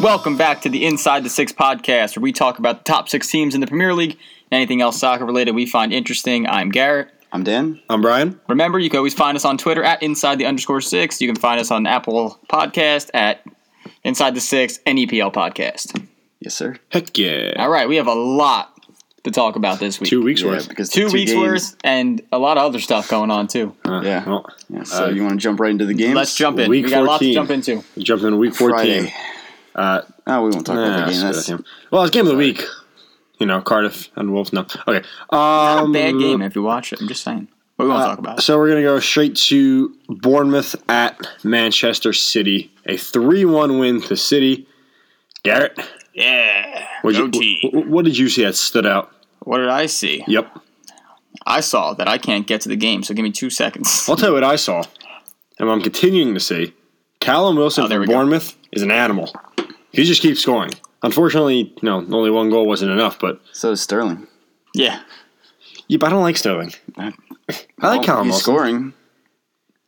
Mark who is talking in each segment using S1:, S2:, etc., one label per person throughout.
S1: Welcome back to the Inside the Six podcast, where we talk about the top six teams in the Premier League and anything else soccer related we find interesting. I'm Garrett.
S2: I'm Dan.
S3: I'm Brian.
S1: Remember, you can always find us on Twitter at Inside the underscore six. You can find us on Apple Podcast at Inside the Six NEPL Podcast.
S2: Yes, sir.
S3: Heck yeah.
S1: All right, we have a lot to talk about this week.
S3: Two weeks
S2: Yeah,
S3: worth.
S2: because the
S1: Two weeks
S2: games-
S1: worth, and a lot of other stuff going on too.
S3: Uh,
S2: yeah.
S3: Well,
S2: Yeah, so
S3: Uh,
S2: you want to jump right into the games?
S1: Let's jump in.
S3: Week
S1: we got a lot to
S3: 14.
S1: jump into.
S3: we jumped into week 14.
S2: Friday.
S3: Uh,
S2: No, we won't talk
S3: nah,
S2: about the game.
S3: screw
S2: That's,
S3: that team. Well, it's game of the week. You know, Cardiff and Wolves. No. Okay. Um,
S1: Bad game if you watch it. I'm just saying. But
S3: Uh,
S1: we won't talk about it.
S3: So we're going to go straight to Bournemouth at Manchester City. A 3 1 win to City. Garrett,
S1: Yeah.
S3: what
S1: Go
S3: you,
S1: team.
S3: wh- wh- what did you see that stood out?
S1: What did I see?
S3: Yep.
S1: I saw that I can't get to the game, so give me two seconds.
S3: I'll tell you what I saw, and what I'm continuing to see. Callum Wilson
S1: Oh, there we
S3: from
S1: go.
S3: Bournemouth is an animal. He just keeps scoring. Unfortunately, you know, only one goal wasn't enough, but
S2: so is Sterling.
S1: Yeah.
S3: yeah, but I don't like Sterling. I like
S2: Well,
S3: Callum
S2: He's
S3: Wilson.
S2: scoring.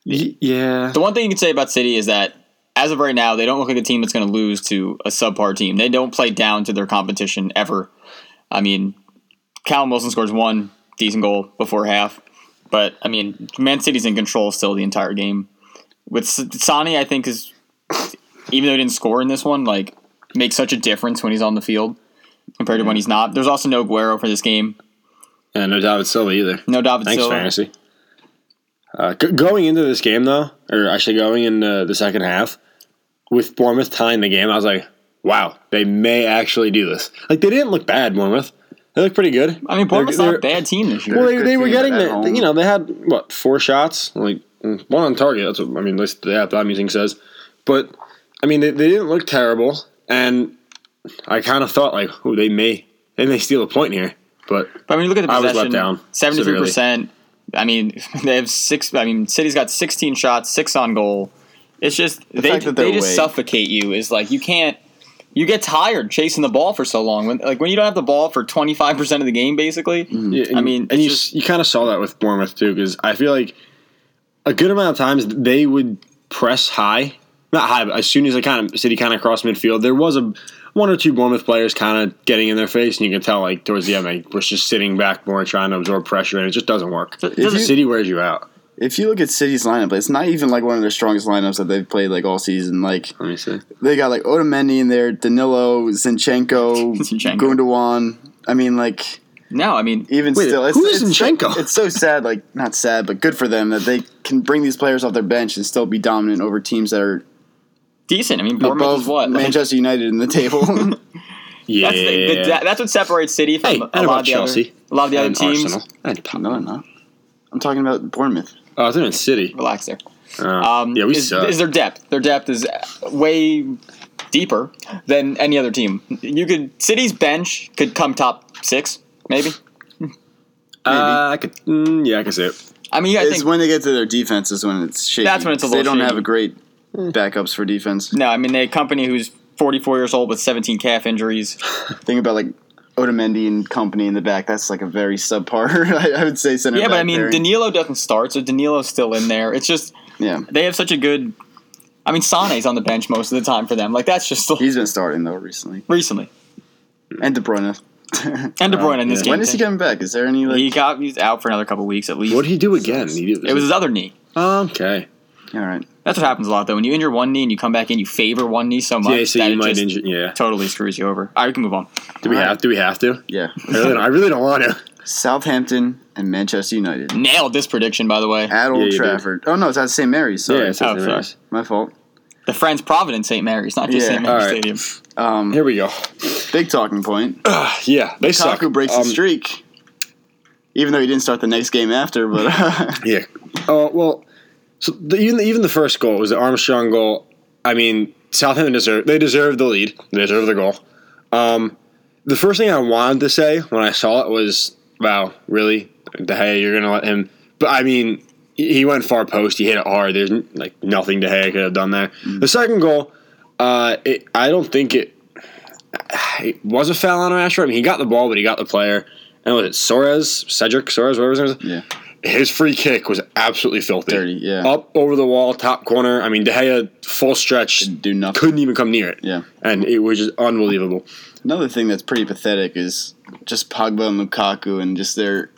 S3: Y- yeah.
S1: The one thing you can say about City is that as of right now, they don't look like a team that's going to lose to a subpar team. They don't play down to their competition ever. I mean, Callum Wilson scores one decent goal before half, but I mean, Man City's in control still the entire game. With S- Sonny, I think is even though he didn't score in this one, like makes such a difference when he's on the field compared to when he's not. There's also no Guerrero for this game.
S3: And no David Silva either.
S1: No David
S3: Thanks,
S1: Silva.
S3: fantasy. Uh, g- going into this game, though, or actually going into the second half, with Bournemouth tying the game, I was like, wow, they may actually do this. Like, they didn't look bad, Bournemouth. They looked pretty good.
S1: I mean, Bournemouth's
S3: They're-
S1: not a
S3: they're-
S1: bad team this year.
S3: Well,
S2: They're a good
S3: they, they were
S2: team
S3: getting
S2: at
S3: there.
S2: home.
S3: You know, they had what four shots, like mm, one on target. That's what I mean. At least the app that I'm using says. But I mean, they, they didn't look terrible, and I kind of thought like, oh, they may they may steal a point here. But
S1: But when you look at the
S3: I was
S1: possession,
S3: let down
S1: seventy-three percent. I mean, they have six. I mean, City's got sixteen shots, six on goal. It's just they
S2: fact that
S1: they
S2: they're
S1: just
S2: away.
S1: suffocate you. Is like you can't. You get tired chasing the ball for so long. When like when you don't have the ball for twenty five percent of the game, basically.
S3: Mm-hmm. Yeah, and,
S1: I mean,
S3: and
S1: it's
S3: you
S1: just-
S3: you kind of saw that with Bournemouth too, because I feel like a good amount of times they would press high, not high, but as soon as they kind of City kind of crossed midfield, there was a one or two Bournemouth players kind of getting in their face, and you can tell like towards the end they was just sitting back more, trying to absorb pressure, and it just doesn't work.
S1: does
S3: the
S1: it-
S3: City wears you out.
S2: If you look at City's lineup, it's not even like one of their strongest lineups that they've played like all season. Like
S3: Let me see.
S2: they got like Otamendi in there, Danilo, Zinchenko,
S1: Zinchenko.
S2: Gundogan. I mean, like
S1: No, I mean
S2: even
S3: Wait,
S2: still, it's,
S3: who is
S2: it's,
S3: Zinchenko?
S2: It's so sad, like not sad, but good for them that they can bring these players off their bench and still be dominant over teams that are
S1: decent. I mean, Bournemouth is
S2: above
S1: what. Like,
S2: Manchester United in the table.
S3: Yeah,
S1: that's, the, the, that's what separates City from
S3: Hey,
S1: a lot
S3: and about
S1: of the other-
S3: Chelsea
S1: a lot of the other
S3: and
S1: teams.
S3: Arsenal and Pop.
S2: no, I'm not. I'm talking about Bournemouth.
S3: Oh, I think it's City.
S1: Relax there.
S3: Uh,
S1: Um,
S3: yeah, we
S1: is,
S3: suck.
S1: is their depth. Their depth is way deeper than any other team. You could City's bench could come top six, maybe.
S3: uh, I could, mm, yeah, I can see it.
S1: I mean, you guys
S2: It's
S1: think
S2: when they get to their defense is when it's shaky.
S1: That's when it's a
S2: 'cause They
S1: little
S2: don't
S1: shaky.
S2: have a great backups for defense.
S1: no? I mean, they a company who's 44 years old with 17 calf injuries.
S2: Think about like Otamendi and company in the back. That's like a very subpar. I, I would say center.
S1: Yeah, but
S2: back
S1: I mean,
S2: pairing.
S1: Danilo doesn't start, so Danilo's still in there. It's just
S2: yeah,
S1: they have such a good. I mean, Sane's on the bench most of the time for them. Like that's just
S2: he's been starting though recently,
S1: recently.
S3: Hmm.
S2: and De Bruyne.
S1: And De Bruyne in this
S3: yeah.
S1: game.
S2: when is he
S1: too.
S2: coming back? Is there any like?
S1: He got he's out for another couple weeks at least.
S3: What did he do again? He did- um,
S1: it was his other knee.
S3: okay.
S2: All right.
S1: That's what happens a lot though. When you injure one knee and you come back in, you favor one knee so much
S3: Yeah, so
S1: that
S3: you
S1: it
S3: might
S1: just
S3: injure. Yeah.
S1: totally screws you over. All right, we can move on.
S3: Do we
S2: All right.
S3: have? Do we have to?
S2: Yeah.
S3: I really, don't, I really don't want to.
S2: Southampton and Manchester United
S1: Nailed this prediction, by the way.
S2: at
S3: Yeah,
S2: Old
S3: you did.
S2: Trafford. Oh no, it's at St Mary's. Sorry,
S3: it's
S1: Oh, sorry.
S2: my fault.
S1: The Friends Providence St. Mary's, not just
S2: Yeah.
S1: St. Mary's
S3: All right.
S1: Stadium.
S2: Um,
S3: Here we go.
S2: big talking point.
S3: Yeah, they suck.
S2: Kaku breaks
S3: um,
S2: the streak, even though he didn't start the next game after. But
S3: Yeah. Oh well. So the, even even the first goal was the Armstrong goal. I mean, Southampton deserve they deserve the lead. They deserve the goal. Um, the first thing I wanted to say when I saw it was, "Wow, really, De Gea, you're gonna let him?" But I mean, he he went far post. He hit it hard. There's like nothing De Gea could have done there. The second goal, uh, it, I don't think it, it was a foul on Rashford. I mean, he got the ball, but he got the player. And was it Suarez, Cedric Suarez, whatever his name is?
S2: yeah,
S3: His free kick was absolutely filthy.
S2: Dirty, yeah.
S3: Up over the wall, top corner. I mean, De Gea full stretch
S2: do nothing.
S3: couldn't even come near it.
S2: Yeah.
S3: And it was just unbelievable.
S2: Another thing that's pretty pathetic is just Pogba and Lukaku and just their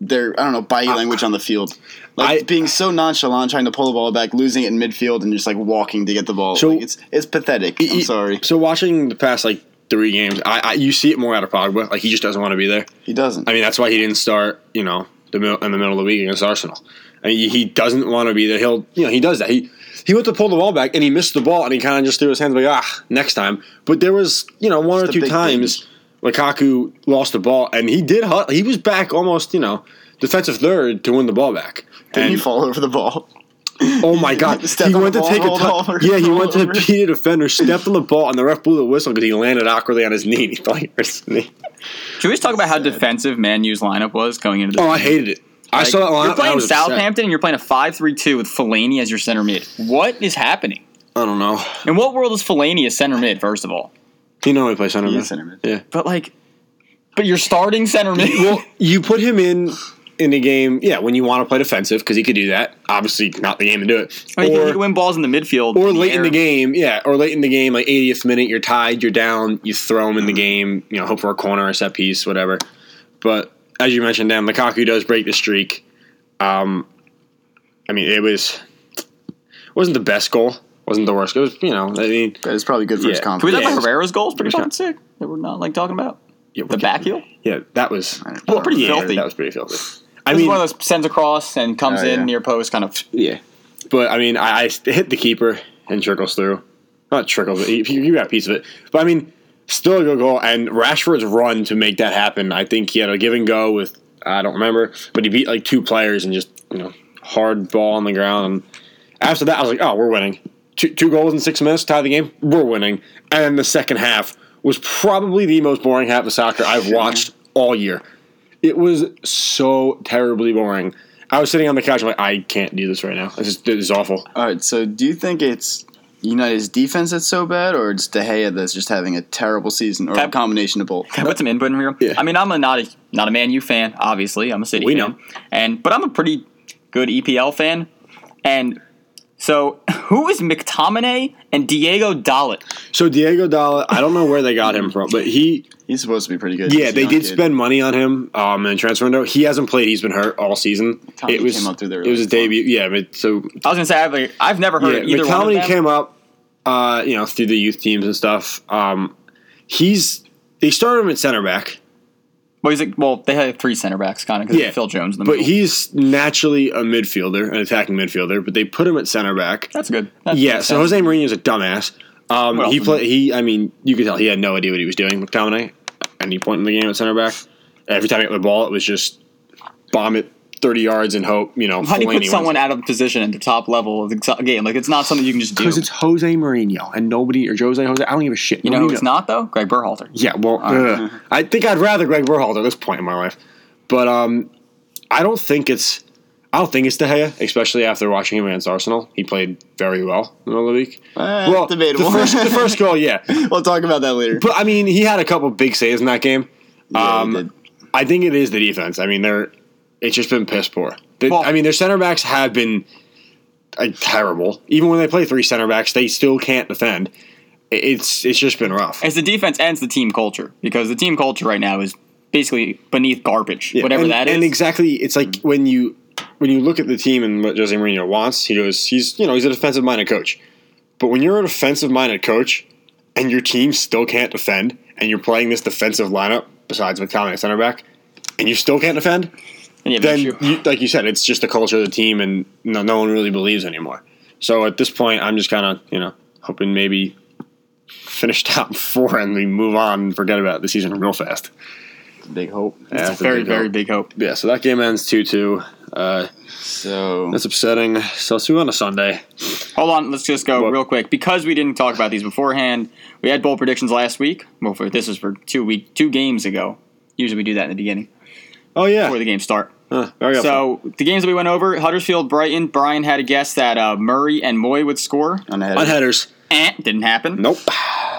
S2: their I don't know body language on the field, like
S3: Ah. I-
S2: being so nonchalant, trying to pull the ball back, losing it in midfield, and just like walking to get the ball.
S3: So-
S2: like, it's it's pathetic. I'm
S3: It-
S2: sorry,
S3: So watching the past like three games, I, I you see it more out of Pogba. Like he just doesn't want to be there.
S2: he doesn't.
S3: I mean, that's why he didn't start. You know, the middle, in the middle of the week against Arsenal. I mean, he doesn't want to be there. He'll, you know, he does that. He he went to pull the ball back and he missed the ball and he kind of just threw his hands like ah next time. But there was you know one
S2: It's
S3: or
S2: the
S3: two
S2: big
S3: times Lukaku lost the ball and he did hu- he was back almost you know defensive third to win the ball back.
S2: Didn't
S3: and,
S2: he fall over the ball?
S3: Oh my god!
S2: Stepped
S3: he
S2: on
S3: went
S2: the
S3: to
S2: ball,
S3: take a
S2: rolled
S3: touch.
S2: over,
S3: Yeah, he
S2: rolled
S3: went to
S2: over.
S3: beat a defender, stepped on the ball, and the ref blew the whistle because he landed awkwardly on his knee. Like, or his knee.
S1: Should we just talk about how defensive Man U's lineup was going into the
S3: oh, I hated it. I
S1: Like,
S3: saw that line.
S1: You're playing Southampton and you're playing a 5 3 2 with Fellaini as your center mid. What is happening?
S3: I don't know.
S1: In what world is Fellaini a center mid, first of all?
S3: You know he plays center
S2: He
S3: mid.
S2: is center mid.
S3: Yeah.
S1: But, like, but you're starting center mid.
S3: Well, you put him in in a game. Yeah, when you want to play defensive because he could do that. Obviously, not the game to do it.
S1: I mean, Oh, you
S3: or,
S1: can win balls in the midfield.
S3: or late in
S1: air.
S3: the game, yeah, or late in the game, like 80th minute, you're tied, you're down, you throw him in the game, you know, hope for a corner, a set piece, whatever. But as you mentioned, Dan Lukaku does break the streak. Um, I mean, it was wasn't the best goal, wasn't the worst. It was, you know, I mean,
S2: But it's probably good for his
S3: Yeah.
S1: Can we
S2: confidence.
S1: talk
S3: Yeah.
S1: about Herrera's goals? Pretty
S3: Yeah.
S1: fucking sick. That we're not, like, talking about.
S3: yeah,
S1: The back heel?
S3: yeah, that was
S1: Well, pretty
S3: yeah,
S1: filthy.
S3: That was pretty filthy. I
S1: I
S3: mean,
S1: one of those sends across and comes
S2: Oh,
S1: in
S2: yeah.
S1: near post, kind of.
S3: Yeah, but I mean, I, I hit the keeper and trickles through. Not trickles, but you, you got a piece of it. But I mean, still a good goal. And Rashford's run to make that happen, I think he had a give and go with I don't remember, but he beat like two players and just you know hard ball on the ground. And after that, I was like, oh, we're winning. Two, two goals in six minutes, tie the game. We're winning. And then the second half was probably the most boring half of soccer I've watched all year. It was so terribly boring. I was sitting on the couch. I'm like, I can't do this right now. This is, this is awful.
S2: All right, so do you think it's United's defense that's so bad, or it's De Gea that's just having a terrible season, or a
S1: Cap-
S2: combination of both?
S1: Can I put some input in here?
S3: Yeah.
S1: I mean, I'm a not a not a Man U fan, obviously. I'm a City
S3: We
S1: fan.
S3: know.
S1: And but I'm a pretty good EPL fan. And so who is McTominay and Diego Dalot?
S3: So Diego Dalla, I don't know where they got him from, but he,
S2: He's supposed to be pretty good.
S3: yeah,
S2: He's a
S3: they
S2: young
S3: did
S2: kid.
S3: spend money on him um, in the transfer window. He hasn't played. He's been hurt all season.
S2: Tommy
S3: it was
S2: came up through there
S3: it was his
S2: really
S3: debut. Yeah, but so
S1: I was gonna say I've like, I've never heard
S3: yeah,
S1: of either one of
S3: McTominay
S1: them.
S3: came up, uh, you know, through the youth teams and stuff. Um, he's they started him at center back,
S1: well, he's like, well, they had three center backs, kind of, because
S3: Yeah.
S1: Phil Jones in the
S3: but
S1: middle.
S3: he's naturally a midfielder, an attacking midfielder. But they put him at center back.
S1: That's good. That
S3: Yeah,
S1: makes
S3: so
S1: sense.
S3: Jose Mourinho's a dumbass. Um,
S1: Well, mm-hmm.
S3: he play he. I mean, you could tell he had no idea what he was doing. McTominay, at any point in the game at center back, every time he got the ball, it was just bomb it thirty yards and hope. You know,
S1: How do you
S3: Fellaini
S1: put
S3: wins.
S1: someone out of position at the top level of the exa- game? Like it's not something you can just do.
S3: Because it's Jose Mourinho and nobody or Jose Jose. I don't give a shit.
S1: you know, who it's not though. Greg Berhalter.
S3: Yeah, well, ugh. I think I'd rather Greg Berhalter at this point in my life, but um, I don't think it's. I don't think it's De Gea, especially after watching him against Arsenal. He played very well in the middle of the week.
S2: Eh, debatable.
S3: The first, the first goal, yeah.
S2: We'll talk about that later.
S3: But I mean, he had a couple big saves in that game.
S2: Yeah,
S3: um,
S2: he did.
S3: I think it is the defense. I mean, they're it's just been piss poor. The-
S1: Well-
S3: I mean, their center backs have been uh, terrible. Even when they play three center backs, they still can't defend. I- It's it's just been rough.
S1: As the defense ends the team culture because the team culture right now is basically beneath garbage,
S3: Yeah,
S1: whatever
S3: and,
S1: that is.
S3: And exactly, it's like when you when you look at the team and what Jose Mourinho wants, he goes, he's you know he's a defensive minded coach. But when you're a defensive minded coach and your team still can't defend, and you're playing this defensive lineup besides McTominay at center back, and you still can't defend,
S1: And yeah,
S3: then
S1: that's true.
S3: you, like you said, it's just the culture of the team, and no, no one really believes anymore. So at this point, I'm just kind of you know hoping maybe finish top four and we move on and forget about the season real fast.
S2: Big hope.
S3: That's
S1: it's a very, very big hope.
S3: yeah, so that game ends 2 2. Uh,
S2: So
S3: that's upsetting. So, so we on a Sunday.
S1: Hold on, let's just go
S3: What?
S1: real quick because we didn't talk about these beforehand. We had bowl predictions last week. Well, for, this was for two week, two games ago. Usually we do that in the beginning
S3: Oh, yeah.
S1: before the games start.
S3: Huh, very upset.
S1: So the games that we went over: Huddersfield, Brighton. Brian had a guess that uh, Murray and Moy would score.
S2: on
S3: On
S2: ahead.
S3: headers.
S1: Eh, didn't happen.
S3: Nope.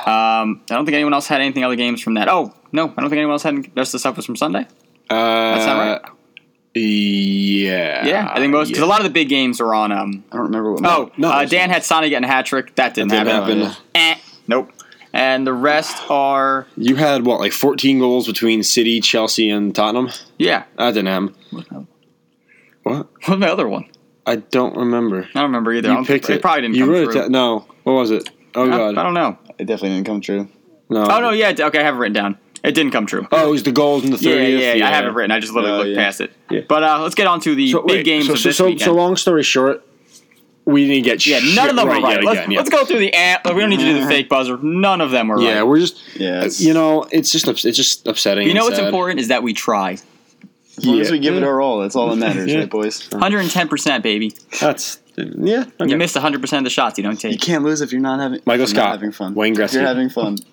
S1: Um, I don't think anyone else had anything other games from that. Oh no, I don't think anyone else had. any- The rest of the stuff was from Sunday.
S3: Uh,
S1: That's not right.
S3: Yeah.
S1: Yeah, I think most because a lot of the big games are on. Um,
S2: I don't remember what.
S1: oh,
S3: No,
S1: uh,
S3: it's-
S1: Dan had Sonic getting a hat trick. That didn't
S2: That
S1: happen.
S2: didn't
S1: Eh, nope. And the rest are
S3: You had what, like 14 goals between City, Chelsea, and Tottenham?
S1: yeah.
S3: That didn't happen. What?
S1: What was the other one?
S3: I don't remember.
S1: I don't remember either. I
S3: You
S1: don't-
S3: picked
S1: it.
S3: it.
S1: Probably didn't.
S3: You
S1: come
S3: wrote
S1: through.
S3: it. down- No. What was it? Oh
S1: I,
S3: god.
S1: I don't know.
S2: It definitely didn't come true.
S3: No.
S1: Oh no, yeah. it- Okay, I have it written down. It didn't come true.
S3: Oh, it was the goals in the 30th.
S1: yeah, yeah, yeah, I have it written. I just literally
S2: Oh,
S1: looked
S2: yeah.
S1: past it.
S3: Yeah.
S1: But uh, let's get on to the
S3: So,
S1: big
S3: wait,
S1: games
S3: so,
S1: of
S3: so,
S1: this
S3: so,
S1: weekend.
S3: so long story short, we didn't get
S1: yeah,
S3: shit
S1: none of them
S3: right
S1: were right.
S3: yet
S1: Let's,
S3: again, yeah. Mm-hmm.
S1: let's go through the amp. Like, we don't need to do the fake buzzer. None of them were
S3: yeah,
S1: right.
S3: we're just uh,
S2: Yeah, it's-
S3: you know, it's just ups- it's just upsetting.
S1: You know
S3: and
S1: what's
S3: sad.
S1: important is that we try.
S2: As long as
S3: Yeah.
S2: we give it our all, that's all that matters,
S3: Yeah.
S2: right, boys?
S1: 110%, baby.
S3: That's yeah. okay.
S1: You missed 100% of the shots you don't
S2: You
S1: take.
S2: can't lose if you're not having
S3: Michael
S2: if you're not
S3: Scott,
S2: having fun.
S3: Wayne
S2: If You're
S3: Gretzky.
S2: having fun.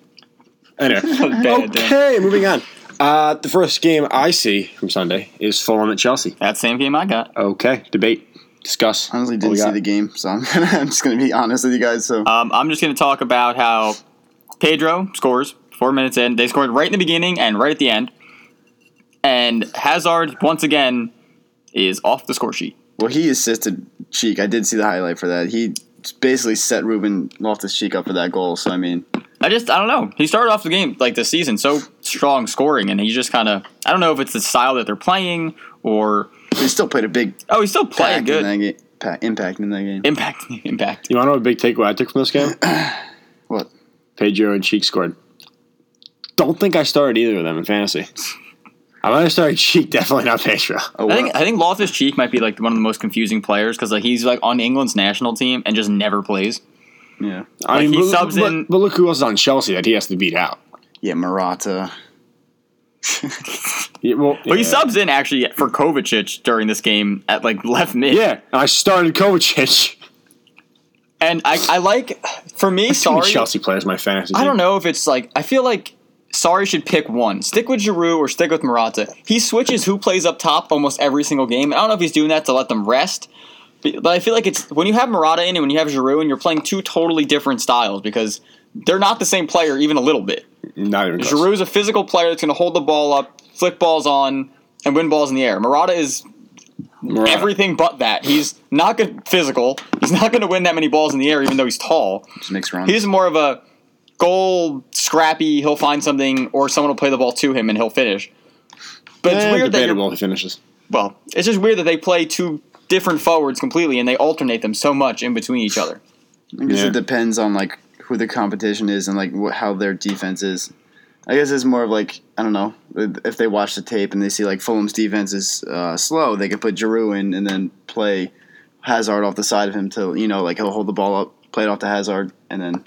S3: Anyway.
S1: Bad, uh,
S3: Okay, moving on. Uh, the first game I see from Sunday is Fulham at Chelsea.
S1: That same game I got.
S3: Okay, debate, discuss.
S2: Honestly,
S3: What we
S2: didn't see
S3: got?
S2: the game, so I'm, gonna, I'm just gonna be honest with you guys. So
S1: Um, I'm just going to talk about how Pedro scores four minutes in. They scored right in the beginning and right at the end. And Hazard, once again, is off the score sheet.
S2: Well, he assisted Cheek. I did see the highlight for that. He basically set Ruben Loftus Cheek up for that goal. So I mean,
S1: I just I don't know. He started off the game like the season so strong scoring, and he just kind of I don't know if it's the style that they're playing or
S2: he still played a big
S1: oh he's still playing
S2: pack in that
S1: good
S2: game, pa- impact in that game.
S1: impact impact.
S3: You want to know a big takeaway I took from this game?
S2: What?
S3: Pedro and Cheek scored. Don't think I started either of them in fantasy. I might have started Cheek, definitely not Pedro.
S1: I
S2: Oh, wow.
S1: think I think Loftus Cheek might be like one of the most confusing players because like he's like on England's national team and just never plays.
S2: yeah,
S3: I
S1: Like, he
S3: but,
S1: subs
S3: but-
S1: in-
S3: but look who else is on Chelsea that he has to beat out.
S2: yeah, Murata.
S3: Yeah, well,
S1: But he
S3: yeah.
S1: subs in actually for Kovacic during this game at like left mid.
S3: Yeah, and I started Kovacic.
S1: and I I like for me
S3: Too many
S1: sorry
S3: Chelsea players in my fantasy.
S1: I don't know if it's like I feel like Sorry should pick one. Stick with Giroud or stick with Morata. He switches who plays up top almost every single game. And I don't know if he's doing that to let them rest. But but I feel like it's when you have Morata in and when you have Giroud and you're playing two totally different styles because they're not the same player even a little bit.
S3: know. Not even close.
S1: Giroud's a physical player that's going to hold the ball up, flick balls on, and win balls in the air. Morata is
S3: Morata.
S1: everything but that. He's not good physical. He's not going to win that many balls in the air even though he's tall.
S2: Just makes runs.
S1: He's more of a goal scrappy. He'll find something, or someone will play the ball to him, and he'll finish. But it's
S3: Eh,
S1: weird that you're-
S3: debatable if he finishes.
S1: well, it's just weird that they play two different forwards completely, and they alternate them so much in between each other.
S2: I guess
S3: Yeah.
S2: it depends on like who the competition is and like wh- how their defense is. I guess it's more of like I don't know if they watch the tape and they see like Fulham's defense is uh, slow, they could put Giroud in and then play Hazard off the side of him till you know like he'll hold the ball up, play it off to Hazard, and then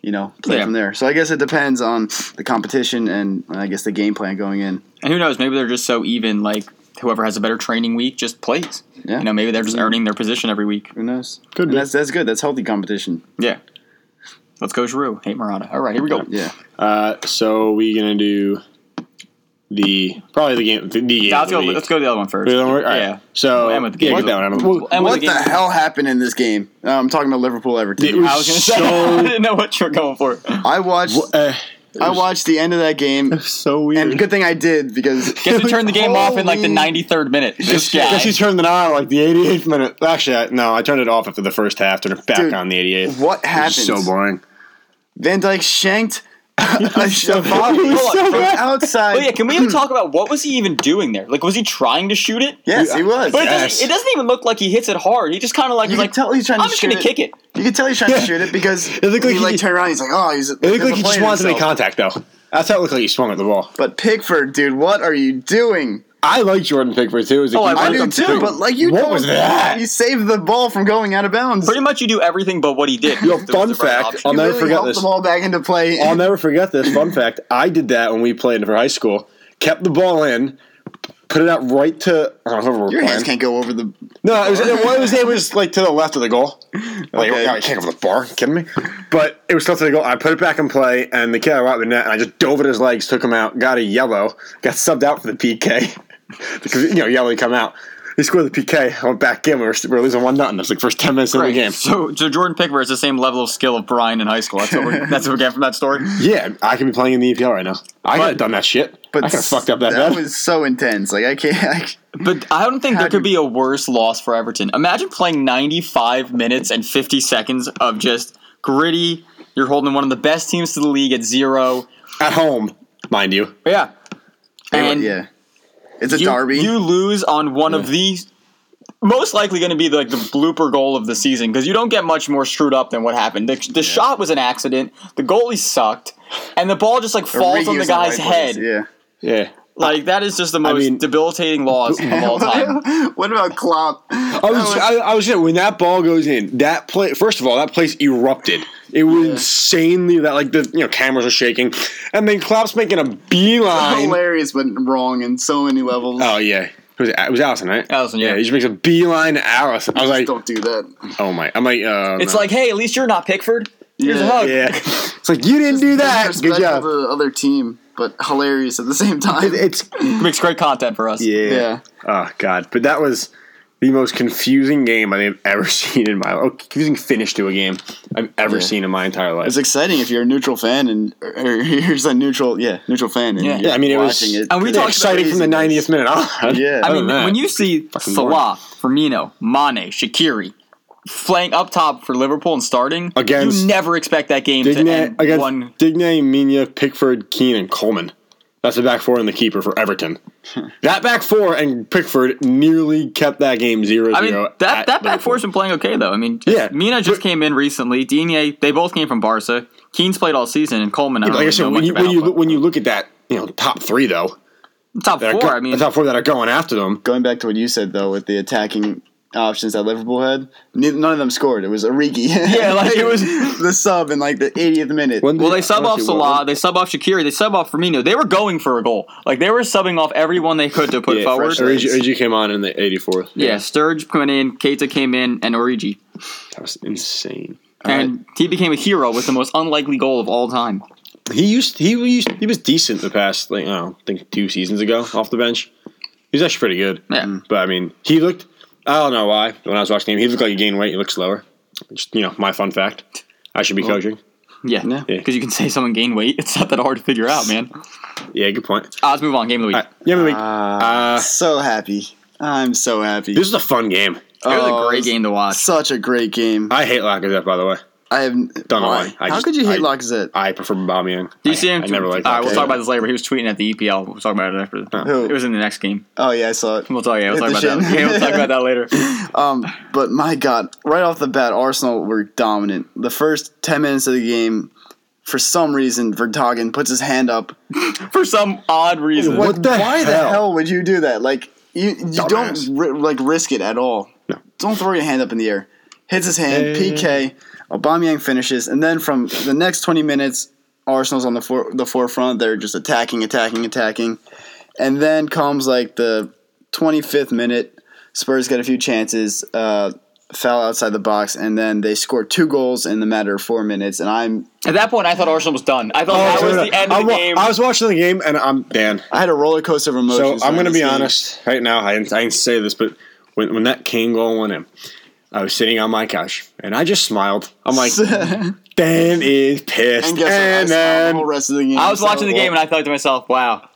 S2: you know play
S1: Yeah.
S2: from there. So I guess it depends on the competition and I guess the game plan going in.
S1: And who knows? Maybe they're just so even. Like whoever has a better training week just plays.
S2: Yeah.
S1: You know, maybe they're just earning their position every week.
S2: Who knows?
S3: Could
S2: And
S3: be.
S2: that's that's good. That's healthy competition.
S1: Yeah. Let's go, Giroud. Hate Murata. All right, here we go.
S2: Yeah.
S3: Uh, so we gonna do the probably the game. The, the game
S1: Now,
S3: of
S1: let's
S3: the
S1: go.
S3: week.
S1: Let's go to the other one first.
S3: Really don't work? All right.
S1: Yeah.
S3: So
S1: We'll end with the game.
S3: Yeah, that one. Well,
S1: And with
S2: What
S1: the
S2: the
S1: game-
S2: hell happened in this game? Uh, I'm talking about Liverpool
S3: it
S2: Everton.
S3: was
S1: I was gonna say. I
S3: so.
S1: didn't know what you were going for.
S2: I watched.
S3: uh,
S2: I watched the end of that game,
S3: so weird.
S2: and good thing I did because
S1: Guess who turned the game off in like the 93rd minute? This
S3: Guess,
S1: guy.
S3: guess he turned it on like the 88th minute. Actually, I, no, I turned it off after the first half. Turned it back
S2: Dude,
S3: on the 88th.
S2: what
S3: It was
S2: happened?
S3: So boring.
S2: Van Dyke shanked a, a
S3: It
S2: volley
S3: was
S1: Hold on,
S3: so
S1: from
S3: bad.
S2: outside.
S1: Oh yeah, can we even talk about what was he even doing there? Like, was he trying to shoot it?
S2: yes, he was.
S1: But it,
S3: Yes.
S1: doesn't, it doesn't even look like he hits it hard. He just kind of like
S2: You
S1: was
S2: can
S1: like,
S2: tell he's trying
S1: I'm
S2: to
S1: just
S2: shoot
S1: gonna
S2: it.
S1: kick it.
S2: You can tell he's trying to shoot it because
S3: looked like
S2: he
S3: he-
S2: like turned around. He's like, oh, he's.
S3: It looked like he just wanted to make contact though. That's how it looked like he swung at the ball.
S2: But Pickford, dude, what are you doing?
S3: I like Jordan Pickford too. As a
S1: Oh, I
S3: keeper.
S2: I
S1: like
S2: do
S1: him
S2: too.
S1: too.
S2: But like you,
S3: What
S2: don't-
S3: was that?
S2: You saved the ball from going out of bounds.
S1: Pretty much, you do everything but what he did. There
S3: Yo,
S1: was
S3: fun
S1: the right
S3: fact,
S1: option.
S3: I'll
S2: You
S3: never
S2: really
S3: forget
S2: helped
S3: this.
S2: the ball back into play.
S3: I'll never forget this fun fact. I did that when we played for high school. Kept the ball in, put it out right to I don't know whoever we're
S2: Your hands can't
S3: playing.
S2: go over the.
S3: No, it was, it, was it was like to the left of the goal. Like
S2: Okay.
S3: I can't go for the bar. You kidding me? But it was close to the goal. I put it back in play, and the kid I out the net, and I just dove at his legs, took him out, got a yellow, got subbed out for the PK because you know yellow would come out. He scored the PK. I went back in. We were, we were losing one nothing. That's like first ten minutes of the
S1: Right.
S3: game.
S1: So, so Jordan Pickford is the same level of skill of Brian in high school. That's what, we're, that's what we get from that story.
S3: Yeah, I could be playing in the EPL right now. I
S1: But-
S3: could have done that shit. But I could have fucked up that,
S2: That
S3: bad.
S2: was so intense. Like I can't. I,
S1: But I don't think
S2: How
S1: there could
S2: do
S1: be a worse loss for Everton. Imagine playing 95 minutes and 50 seconds of just gritty. You're holding one of the best teams to the league at zero.
S3: at home, mind you.
S1: Yeah. And
S2: yeah, it's a
S1: you,
S2: derby.
S1: you lose on one of the most likely going to be like the blooper goal of the season because you don't get much more screwed up than what happened. The, the shot was an accident. The goalie sucked, and the ball just like falls
S2: Origi
S1: on the
S2: was
S1: guy's
S2: right
S1: head.
S2: place, Yeah.
S3: Yeah.
S1: Like that is just the most
S3: mean-
S1: debilitating loss of all time.
S2: what about Klopp?
S3: I was, I, I was saying when that ball goes in, that play. First of all, that place erupted. It was insanely that like the you know cameras are shaking, and then Klopp's making a beeline.
S2: hilarious, but wrong in so many levels.
S3: Oh yeah, it was it was Allison, right?
S1: Allison, yeah.
S3: he just makes a beeline to Allison. I was like,
S2: Don't do that.
S3: oh my, I'm like, uh,
S1: It's
S3: no.
S1: like, hey, at least you're not Pickford. Here's a
S2: Yeah.
S1: hug.
S3: yeah, it's like you didn't do that.
S2: Disrespect
S3: Good job.
S2: of The other team, but hilarious at the same time.
S3: It's
S1: Makes great content for us.
S3: yeah.
S2: yeah.
S3: Oh god, but that was the most confusing game I've ever seen in my life. Confusing finish to a game I've ever
S2: Yeah.
S3: seen in my entire life.
S2: It's exciting if you're a neutral fan and or or here's a neutral, yeah, neutral fan. And
S1: Yeah.
S2: you're
S3: yeah, I mean it was.
S2: watching
S1: And we
S3: pretty
S1: talked about
S3: exciting from the 90th minute on. Oh,
S2: Yeah.
S1: I
S3: Other
S1: mean,
S3: than that,
S1: when you see Salah, Firmino, Mane, Shakiri flying up top for Liverpool and starting,
S3: Against-
S1: you never expect that game to
S3: Digne
S1: end
S3: against
S1: one.
S3: Digne, Mina, Pickford, Keane, and Coleman. That's the back four and the keeper for Everton. that back four and Pickford nearly kept that game 0-0.
S1: I mean, that,
S3: at
S1: that back
S3: Liverpool.
S1: four's been playing okay, though. I mean, just,
S3: Yeah,
S1: Mina just
S3: but-
S1: came in recently. Digne, they both came from Barca. Keane's played all season, and Coleman, I don't
S3: Like I
S1: really
S3: said,
S1: know
S3: when
S1: much
S3: you
S1: about
S3: when you
S1: him,
S3: when you look at that, you know, top three though,
S1: but top
S3: that are
S1: four,
S3: go-
S1: I mean,
S3: the top four that are going after them.
S2: going back to what you said though, with the attacking options that Liverpool had, neither, none of them scored. It was Origi.
S1: Yeah, like, it was-
S2: the sub in like the 80th minute.
S3: When
S1: Well,
S3: did-
S1: they sub
S3: I don't
S1: off
S3: see
S1: Salah,
S3: what-
S1: they sub off Shakiri, they sub off Firmino. They were going for a goal. Like they were subbing off everyone they could to put
S3: Yeah,
S1: forward.
S3: fresh legs. Origi, Origi came on in the 84th.
S1: yeah, Sturge went in, Keita came in, and Origi,
S3: that was insane.
S1: and he became a hero with the most unlikely goal of all time.
S3: He used he used, he was decent the past like I don't think two seasons ago off the bench. He was actually pretty good. Mm.
S1: Yeah.
S3: But I mean, he looked. I don't know why. When I was watching him, he looked like he gained weight. He looked slower. Just, you know, my fun fact. I should be coaching.
S1: Yeah,
S2: Yeah.
S1: because you can say someone gained weight. It's not that hard to figure out, man. Uh,
S3: Yeah, good point.
S1: let's move on. Game of the week.
S3: All right, game of the week.
S2: Ah,
S3: Uh,
S2: so happy. I'm so happy.
S3: this is a fun game.
S1: It was
S3: Uh,
S2: Oh,
S1: a great game to watch.
S2: Such a great game.
S3: I hate Lacazette, by the way.
S2: I have
S3: know
S2: why.
S3: why. I
S2: How
S3: just-
S2: could you hate
S3: I-
S2: Lacazette?
S3: I prefer Aubameyang.
S1: Do you see him?
S3: I, I never liked.
S1: All right, we'll
S3: Lacazette.
S1: talk about this later. But he was tweeting at the EPL. We'll talk about it after.
S2: Who?
S1: It was in the next game.
S2: Oh yeah, I saw it.
S1: We'll talk. Yeah, we'll
S2: Hit
S1: talk about
S2: the
S1: that.
S2: shin.
S1: Yeah, we'll talk about that later.
S2: Um, but my God, right off the bat, Arsenal were dominant. The first ten minutes of the game, for some reason, Vertonghen puts his hand up.
S1: For some odd reason,
S3: What the
S2: Why the
S3: hell?
S2: hell would you do that? Like you, you don't
S3: Dumbass.
S2: ri- like risk it at all.
S3: No.
S2: Don't throw your hand up in the air. Hits his hand.
S3: Eh.
S2: PK. Aubameyang finishes, and then from the next twenty minutes, Arsenal's on the for- the forefront. They're just attacking, attacking, attacking, and then comes like the twenty fifth minute. Spurs get a few chances. Uh, foul outside the box, and then they score two goals in the matter of four minutes. And I'm
S1: at that point, I thought Arsenal was done. I thought
S3: Oh,
S1: that
S3: so
S1: was
S3: no,
S1: the end
S3: I,
S1: of the
S3: wa-
S1: game.
S3: I was watching the game and I'm Dan.
S2: I had a roller coaster of
S3: So
S2: emotions.
S3: I'm
S2: during
S3: going to
S2: this
S3: be
S2: game.
S3: honest right now. I didn't, I didn't say this, but when, when that Kane goal went in, I was sitting on my couch and I just smiled. I'm like, Dan is pissed.
S2: and guess
S3: And,
S2: what? I saw the
S3: then,
S2: whole rest of the game.
S1: I was
S2: so-
S1: watching the game and I thought to myself, wow,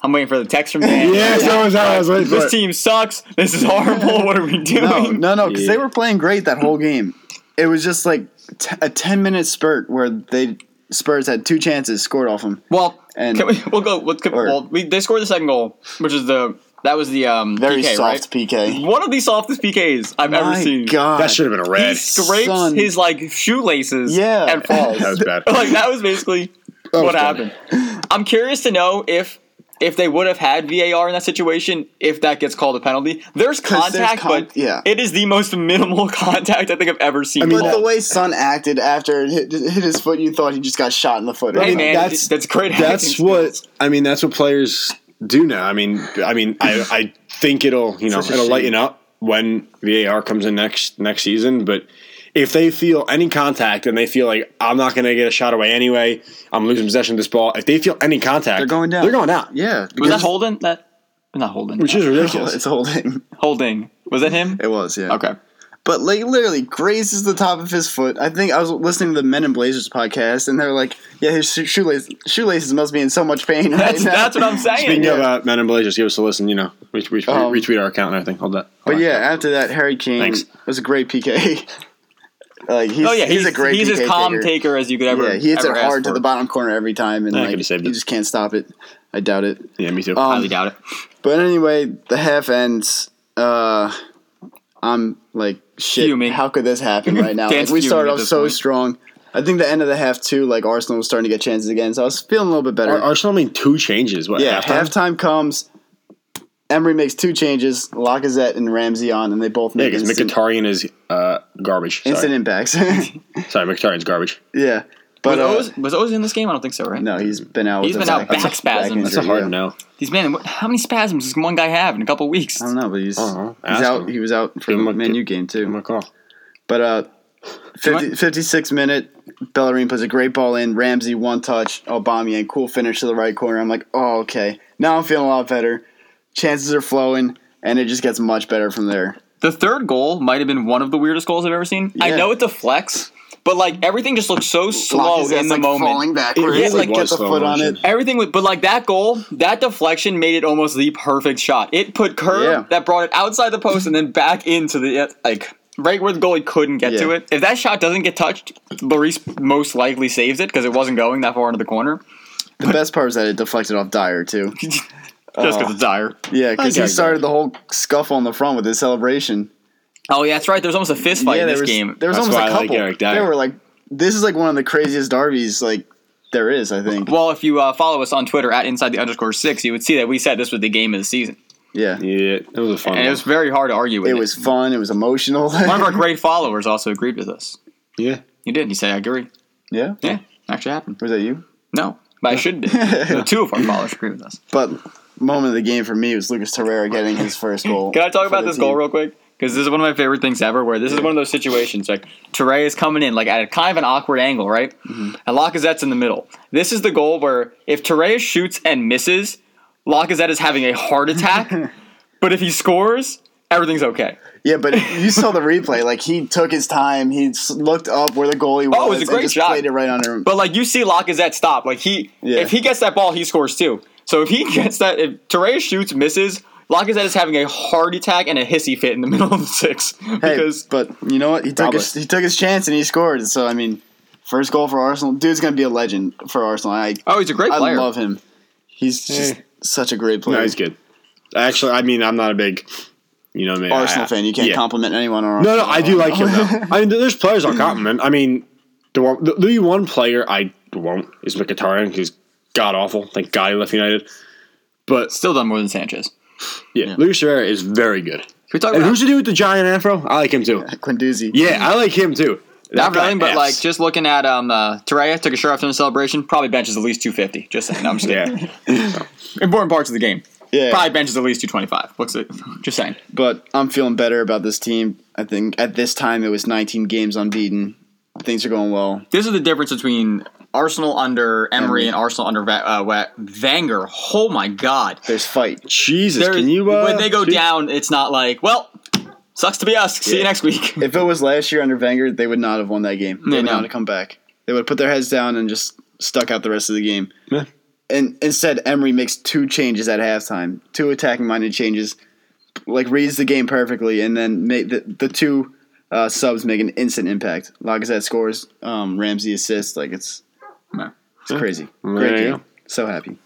S1: I'm waiting for the text from Dan.
S3: yes, that was how I was waiting for
S1: This
S3: it.
S1: team sucks. This is horrible. What are we doing?
S2: No, no, no, because
S3: Yeah.
S2: they were playing great that whole game. It was just like t- a ten minute spurt where they Spurs had two chances, scored off them.
S1: Well,
S2: And-
S1: can we, we'll go. Let's,
S2: Or-
S1: well, we, they scored the second goal, which is the that was the um,
S2: Very
S1: PK,
S2: soft
S1: right?
S2: PK.
S1: One of the softest PKs I've ever
S2: My
S1: seen.
S2: God,
S3: That should have been a
S1: He
S3: red.
S1: scrapes
S2: Son.
S1: his like shoelaces
S2: Yeah.
S1: and falls.
S3: That was bad.
S1: like that was basically
S3: was
S1: what
S3: bad.
S1: happened. I'm curious to know if if they would have had VAR in that situation, if that gets called a penalty. There's
S2: 'Cause
S1: contact,
S2: there's con-
S1: but
S2: yeah.
S1: it is the most minimal contact I think I've ever seen.
S3: mean,
S1: called.
S2: But the way Son acted after it hit, hit his foot, you thought he just got shot in the foot. or
S1: hey
S2: something.
S1: man,
S3: that's-
S1: that's, that's great.
S3: That's
S1: acting
S3: what
S1: skills.
S3: I mean. That's what players do now. I mean, I mean, I, I think it'll you know
S2: Such a
S3: it'll
S2: shame.
S3: lighten up when VAR comes in next next season. But if they feel any contact and they feel like I'm not going to get a shot away anyway, I'm losing possession of this ball. If they feel any contact,
S2: They're going down.
S3: They're going out.
S2: yeah,
S1: was
S2: because
S1: that Holden that. Not Holden.
S3: which is ridiculous.
S2: It's holding.
S1: Holding. Was that him?
S2: It was, yeah.
S1: Okay.
S2: But like literally grazes the top of his foot. I think I was listening to the Men in Blazers podcast, and they're like, "Yeah, his shoe- shoelace, shoelaces must be in so much pain right
S1: That's
S2: now."
S1: that's what I'm
S3: Speaking
S1: saying.
S3: of uh, Men in Blazers, give us a listen. You know, we, we,
S2: Um,
S3: retweet our account and everything. Hold that.
S2: But yeah, after that, Harry Kane
S3: Thanks.
S2: was a great PK. like he's,
S1: oh yeah,
S2: he's, a great
S1: he's
S2: PK
S1: as calm
S2: taker.
S1: taker. as you could ever.
S2: yeah, he hits it
S1: ever ask
S2: hard to
S1: for.
S2: the bottom corner every time, and
S3: Yeah,
S2: like
S3: could've saved
S2: you
S3: it.
S2: just can't stop it. I doubt it.
S3: yeah, me too.
S1: I
S2: Um,
S1: highly doubt it.
S2: But anyway, the half ends. Uh, I'm like shit.
S1: Fuming.
S2: How could this happen right now? like,
S1: Dan's
S2: we
S1: fuming
S2: started
S1: at
S2: off
S1: this
S2: so
S1: point.
S2: strong. I think the end of the half too, like Arsenal was starting to get chances again, so I was feeling a little bit better.
S3: Ar- Arsenal made two changes. What?
S2: yeah,
S3: halftime?
S2: halftime comes. Emery makes two changes, Lacazette and Ramsey on, and they both
S3: Yeah,
S2: make
S3: because
S2: instant,
S3: Mkhitaryan is uh, garbage. Sorry.
S2: instant impacts.
S3: Sorry, Mkhitaryan's garbage.
S2: yeah,
S1: Was
S2: but uh,
S1: Oz, was Oz in this game? I don't think so, right?
S2: no, he's been out.
S1: He's
S2: with
S1: been
S2: a
S1: out back spasms.
S2: injury,
S3: That's a hard
S2: yeah.
S3: no.
S1: These man, what- how many spasms does one guy have in a couple weeks?
S2: I don't know, but he's,
S3: Uh-huh.
S2: he's
S3: Ask
S2: out.
S3: him.
S2: He was out for
S3: Give him
S2: the
S3: a-
S2: Man U game
S3: Give him
S2: too.
S3: a call.
S2: But uh,
S1: want-
S2: 50, 56 minute, Bellerin puts a great ball in. Ramsey one touch. Aubameyang cool finish to the right corner. I'm like, oh okay, now I'm feeling a lot better. Chances are flowing, and it just gets much better from there.
S1: The third goal might have been one of the weirdest goals I've ever seen. I
S2: Yeah.
S1: know it's a flex, but like everything just looks so slow
S2: Lacazette,
S1: in the
S2: like,
S1: moment.
S2: falling backwards.
S1: really
S2: like
S3: was
S2: gets a
S3: slow
S2: foot on
S3: motion.
S2: it.
S1: Everything with, but like that goal, that deflection made it almost the perfect shot. It put curve
S2: Yeah.
S1: that brought it outside the post and then back into the uh, like right where the goalie couldn't get to
S2: Yeah.
S1: it. If that shot doesn't get touched, Lloris most likely saves it because it wasn't going that far into the corner.
S2: The best part was that it deflected off Dyer too.
S1: Just because it's dire.
S2: Yeah, because
S3: I
S2: he
S3: got
S2: started the whole scuffle on the front with his celebration.
S1: Oh yeah, that's right. There was almost a fist fight
S2: yeah,
S1: in
S2: there
S1: this
S2: was,
S1: game.
S2: There was
S3: That's
S2: almost
S3: why
S2: a
S3: I like
S2: couple.
S3: Eric Dyer.
S2: They were like, this is like one of the craziest derbies like there is. I think.
S1: Well, if you uh, follow us on Twitter at inside the underscore six, you would see that we said this was the game of the season,
S2: Yeah,
S3: Yeah, it was a fun.
S1: and it
S3: one.
S1: was very hard to argue with.
S2: it was fun. It was emotional.
S1: one of our great followers also agreed with us.
S3: yeah.
S1: He did. He said, "I agree."
S2: yeah,
S1: Yeah, actually happened.
S2: was that you?
S1: No, but I should. Do. Two of our followers agree with us.
S2: But moment of the game for me was Lucas Torreira getting his first goal.
S1: Can I talk
S2: for
S1: about
S2: the
S1: this
S2: team.
S1: goal real quick? Because this is one of my favorite things ever. Where this is one of those situations like Teray is coming in like at a kind of an awkward angle, right? And Lacazette's in the middle. This is the goal where if Teray shoots and misses, Lacazette is having a heart attack. but if he scores, everything's okay.
S2: Yeah, but you saw the replay. Like he took his time. He s- looked up where the goalie was.
S1: Oh, was a great
S2: and just
S1: shot.
S2: Played it right under him.
S1: But like you see Lacazette stop. Like he
S2: Yeah.
S1: if he gets that ball, he scores too. So if he gets that if Torres shoots, misses, Lacazette is having a heart attack and a hissy fit in the middle of the six.
S2: Hey,
S1: Because
S2: but you know what? He took his,
S3: Probably.
S2: he took his chance and he scored. So I mean, first goal for Arsenal. Dude's gonna be a legend for Arsenal. I
S1: Oh, he's a great
S2: I
S1: player.
S2: love him. He's just
S3: Yeah.
S2: such a great player.
S3: No, he's good. Actually, I mean, I'm not a big, you know, what I mean,
S2: Arsenal
S3: I-
S2: fan. You can't
S3: yeah.
S2: compliment anyone on
S3: No,
S2: Arsenal.
S3: no, I do like him though. I mean, there's players I'll compliment. I mean, the one, the, the one player I won't is Mkhitaryan. He's god awful. Thank God he left United. But
S1: still done more than Sanchez.
S3: yeah, Lucas Herrera is very good.
S1: Can we talk
S3: And
S1: about
S3: who's the dude with the giant afro? I like him too.
S2: Quinduzi.
S3: Yeah, I like him too.
S1: not really, but
S3: Fs.
S1: like just looking at um uh Torreira took a shirt off in the celebration, probably benches at least two fifty. Just saying. No, I'm just kidding.
S3: yeah,
S1: Important parts of the game.
S2: Yeah.
S1: Probably benches at least two twenty five. Looks like just saying.
S2: But I'm feeling better about this team. I think at this time it was 19 games unbeaten. Things are going well.
S1: This is the difference between Arsenal under Emery and Arsenal under Va- uh, Wa- Wenger. Oh my God!
S2: There's fight.
S3: Jesus,
S1: There-
S3: can you? Uh,
S1: when they go
S3: see-
S1: down, it's not like, well, sucks to be us. See you
S2: Yeah.
S1: next week.
S2: If it was last year under Wenger, they would not have won that game. They
S1: Yeah,
S2: would
S1: no.
S2: not have come back. They would have put their heads down and just stuck out the rest of the game.
S3: Yeah.
S2: And instead, Emery makes two changes at halftime, two attacking-minded changes, like reads the game perfectly, and then make the, the two uh, subs make an instant impact. Lacazette scores, um, Ramsey assists. Like it's
S1: Yeah.
S2: it's crazy.
S3: There
S2: Great
S3: you
S2: game.
S3: go.
S2: So happy.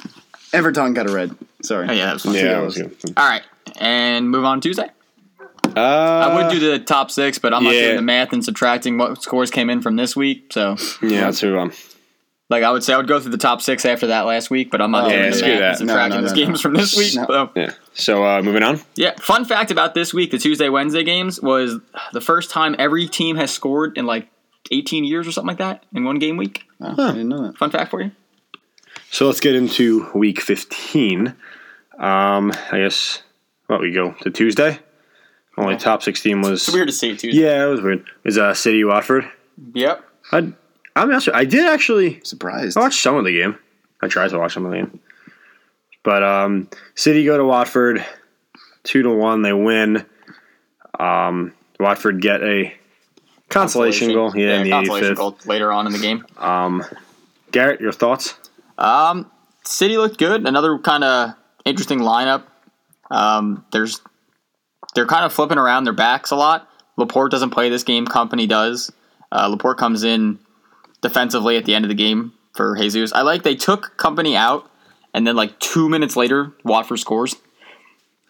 S2: Everton got a red. Sorry.
S1: Oh, yeah, that was fun.
S3: Yeah, that
S2: hours.
S3: was good.
S1: All right, and move on Tuesday.
S3: Uh,
S1: I would do the top six, but I'm not
S3: yeah.
S1: doing the math and subtracting what scores came in from this week. So,
S3: Yeah, that's who. Um,
S1: like, I would say I would go through the top six after that last week, but I'm not
S2: Oh,
S1: doing
S2: yeah,
S1: the
S3: screw
S1: math and
S3: that.
S2: No,
S1: subtracting
S2: no,
S1: these
S2: no, no.
S1: games from this week.
S2: No.
S1: So,
S3: yeah. So uh, moving on.
S1: yeah. Fun fact about this week, the Tuesday Wednesday games, was the first time every team has scored in like 18 years or something like that in one game week.
S2: Oh, I didn't know that.
S1: Fun fact for you.
S3: So let's get into week 15. Um, I guess, what we go to Tuesday? Only top 16 was.
S1: It's weird to see Tuesday.
S3: Yeah, it was weird. Is uh, City Watford?
S1: Yep.
S3: I, I'm actually, I did actually Oh,
S2: Surprised.
S3: watch some of the game. I tried to watch some of the game. But um, City go to Watford, two to one. They win. Um, Watford get a consolation, goal. Yeah, in the
S1: consolation
S3: 85th.
S1: goal later on in the game.
S3: Um, Garrett, your thoughts?
S1: Um, City looked good. Another kind of interesting lineup. Um, there's they're kind of flipping around their backs a lot. Laporte doesn't play this game. Company does. Uh, Laporte comes in defensively at the end of the game for Jesus. I like they took Company out, and then like two minutes later, Watford scores.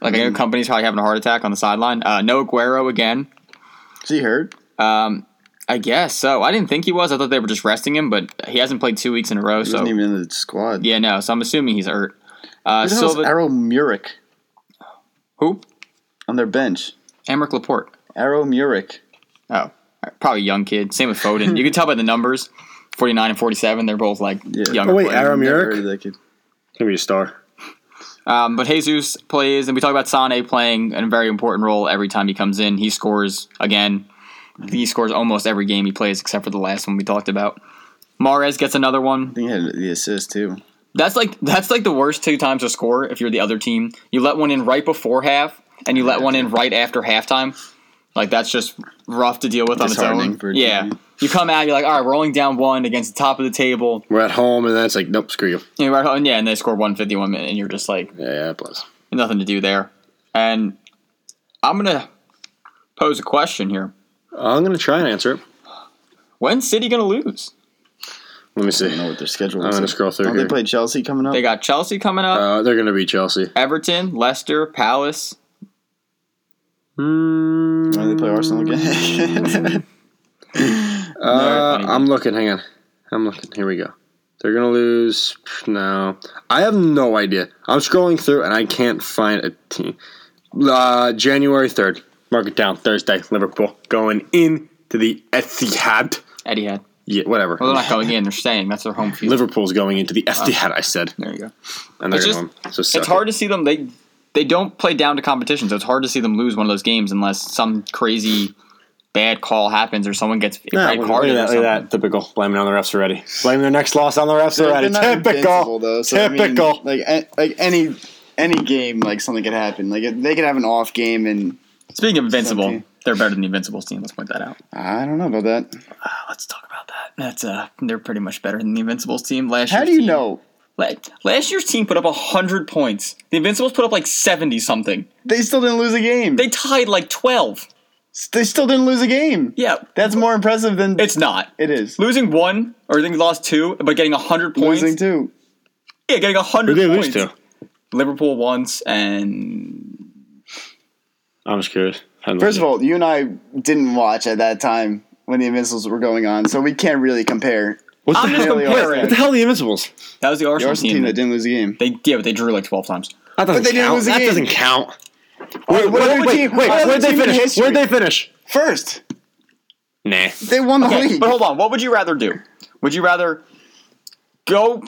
S1: Like I know Company's probably having a heart attack on the sideline. Uh, no Aguero again.
S2: Is he hurt?
S1: Um, I guess so. I didn't think he was. I thought they were just resting him, but he hasn't played two weeks in a row.
S2: He
S1: so
S2: wasn't even in the
S1: Oh.
S2: squad.
S1: yeah, no. So I'm assuming he's hurt. Uh,
S2: Who the hell's
S1: Silva,
S2: Arrow Murick
S1: who?
S2: on their bench?
S1: Emmerich Laporte.
S2: Arrow Murick.
S1: Oh, probably a young kid. Same with Foden. you can tell by the numbers, 49 and 47. They're both like
S2: Yeah.
S1: younger.
S3: Oh, wait,
S1: players.
S3: Arrow
S2: Never
S3: Murick?
S2: heard of that kid.
S3: Gonna be a star.
S1: Um, but Jesus plays, and we talk about Sane playing a very important role every time he comes in. He scores again. He scores almost every game he plays, except for the last one we talked about. Mares gets another one.
S2: I think he had the assist too.
S1: That's like that's like the worst two times to score if you're the other team. You let one in right before half, and you let one in right after halftime. Like that's just rough to deal with on its
S2: Disheartening
S1: own.
S2: for a
S1: Yeah,
S2: team.
S1: you come out, you're like, all right, we're only down one against the top of the table.
S3: We're at home, and then it's like, nope, screw you.
S1: And you're at home- yeah, and they score 151, and you're just like,
S3: Yeah, yeah, plus.
S1: nothing to do there. And I'm gonna pose a question here:
S3: I'm gonna try and answer it.
S1: When's City gonna lose?
S3: Let me
S2: I don't know
S3: see.
S2: what their schedule
S3: I'm
S2: looks
S3: gonna
S2: like.
S3: scroll through
S2: Don't they
S3: here.
S2: play Chelsea coming up?
S1: They got Chelsea coming up,
S3: Uh, they're gonna be Chelsea.
S1: Everton, Leicester, Palace.
S3: Mm,
S2: When do they play Arsenal again?
S3: Uh,
S1: No, I-
S3: I'm looking. Hang on. I'm looking. Here we go. They're gonna lose. No, I have no idea. I'm scrolling through and I can't find a team. Uh, January third. Mark it down. Thursday. Liverpool going in to the Etihad.
S1: Eddie had.
S3: Yeah, whatever.
S1: Well, they're not going in; they're staying. That's their home field.
S3: Liverpool's going into the Etihad. I said,
S1: There you go.
S3: and they're
S1: It's
S3: going. to So
S1: it's hard to see them they they don't play down to competition so it's hard to see them lose one of those games unless some crazy bad call happens or someone gets
S3: No,
S1: red
S3: look, look
S1: carded or
S3: at that, look
S1: something.
S3: at that. Typical. Blaming on the refs already. Blaming their next loss on the refs already. Typical.
S2: invincible, Though, so, I mean,
S3: Typical.
S2: like a- like any any game, like something could happen. Like they could have an off game, and
S1: Speaking of Invincible,
S2: Something.
S1: they're better than the Invincibles team. Let's point that out.
S2: I don't know about that.
S1: Uh, let's talk about that. That's uh, they're pretty much better than the Invincibles team. Last
S2: How
S1: year's
S2: do you
S1: team-
S2: know?
S1: La- Last year's team put up hundred points. The Invincibles put up like seventy something.
S2: They still didn't lose a game.
S1: They tied like twelve.
S2: They still didn't lose a game.
S1: Yeah,
S2: That's more impressive than
S1: it's not
S2: it is.
S1: losing one or I think lost two, but getting hundred points.
S2: Losing too.
S1: Yeah, getting
S3: Who
S1: hundred
S3: did they
S1: points.
S3: lose to?
S1: Liverpool once and
S3: I'm just curious. I don't
S2: First of
S3: know.
S2: all, you and I didn't watch at that time when the Invincibles were going on, so we can't really compare.
S3: What's
S1: I'm
S3: the
S1: just
S3: hell-
S2: Really
S1: comparing.
S2: awesome.
S3: What the hell are the Invincibles?
S1: That was the
S2: The
S1: Arsenal,
S2: Arsenal
S1: team.
S2: team
S1: that-
S2: that didn't lose a game.
S1: they yeah, but they drew like twelve times.
S3: That doesn't
S2: But they didn't
S3: count.
S2: lose the
S3: that
S2: game.
S3: doesn't count.
S2: Wait, what other
S3: wait,
S2: team-
S3: wait,
S2: what other
S3: where'd they
S2: team in
S3: finish?
S2: history?
S3: Where'd they finish?
S2: First,
S3: Nah.
S2: they won the
S1: Okay,
S2: league.
S1: but hold on. What would you rather do? Would you rather go?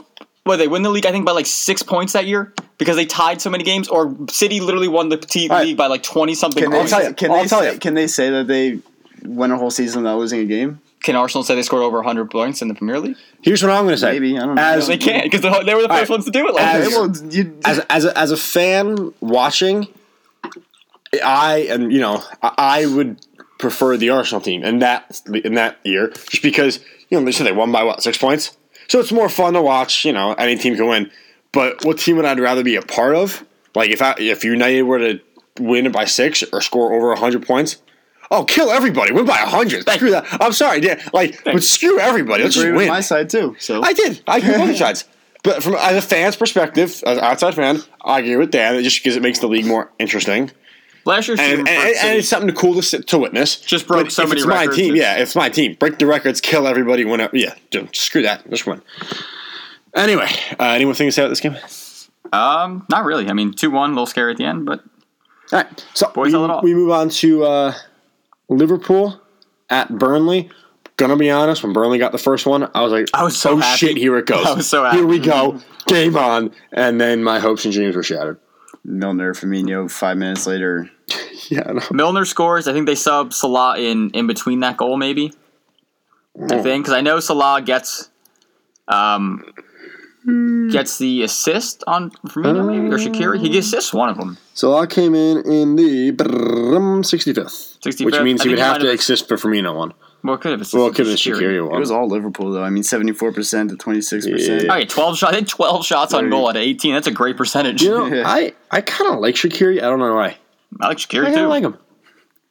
S1: Well, they win the league, I think, by like six points that year because they tied so many games, or City literally won the t-
S3: right.
S1: league by like twenty something
S2: Can they,
S1: points.
S3: tell you.
S2: can,
S3: I'll
S2: they
S3: tell
S2: say,
S3: you.
S2: can they say that they went a whole season without losing a game?
S1: Can Arsenal say they scored over hundred points in the Premier League?
S3: Here's what I'm going to say.
S2: Maybe, I don't know.
S3: As,
S1: They can't because they were the first
S3: right.
S1: ones to do it. Last
S3: As-
S1: year.
S2: Okay, well, you,
S3: as, as, a, as a fan watching, I and you know I, I would prefer the Arsenal team in that in that year just because you know they said they won by what six points, so it's more fun to watch. You know, any team can win, but what team would I rather be a part of? Like if I if United were to win by six or score over hundred points. Oh, kill everybody! Win by hundred. Screw that. I'm sorry, Dan. Like, but screw everybody. Let's
S2: agree
S3: just
S2: with
S3: win.
S2: my side too. So
S3: I did. I agree with both sides. But from as a fan's perspective, as an outside fan, I agree with Dan. Just because it makes the league more interesting,
S1: Last year's
S3: and,
S1: team
S3: and,
S1: for
S3: and,
S1: City-
S3: it's something cool to, sit, to witness.
S1: Just broke
S3: But
S1: so
S3: if
S1: many
S3: it's
S1: records,
S3: My team,
S1: it's-
S3: yeah. It's my team. Break the records, kill everybody. Win. Yeah, dude, screw that. Just win. Anyway, uh, anyone think to say about this game?
S1: um, not really. I mean, two one, a little scary at the end, but
S3: All right, so
S1: Boys
S3: we,
S1: all in all.
S3: we move on to uh, Liverpool at Burnley. Gonna be honest, when Burnley got the first one, I was like,
S1: I was so
S3: "Oh
S1: happy.
S3: shit, here it goes!
S1: I was so happy."
S3: Here we go, game on!" And then my hopes and dreams were shattered.
S2: Milner, Firmino, five minutes later.
S3: Yeah, no.
S1: Milner scores. I think they sub Salah in in between that goal,
S3: Oh.
S1: maybe. I think because I know Salah gets um, gets the assist on Firmino maybe or Shakiri. He assists one of them.
S3: Salah came in in the brrrm, 65th,
S1: 65th.
S3: which
S1: I
S3: means he
S1: think
S3: would
S1: he
S3: have
S1: might
S3: to
S1: have-
S3: assist for Firmino one.
S1: Well, it could have assisted
S3: Well, it could have been
S1: Shaqiri.
S3: Shakiri
S2: It was
S3: one.
S2: all Liverpool though. I mean, seventy four percent to twenty six percent.
S3: Yeah.
S1: All right, twelve shots. I think twelve shots on goal at eighteen. That's a great percentage.
S3: You know,
S2: Yeah.
S3: I, I kind of like Shakiri. I don't know why.
S1: I like
S3: I
S1: Shakiri
S3: kind
S1: too.
S3: of like him.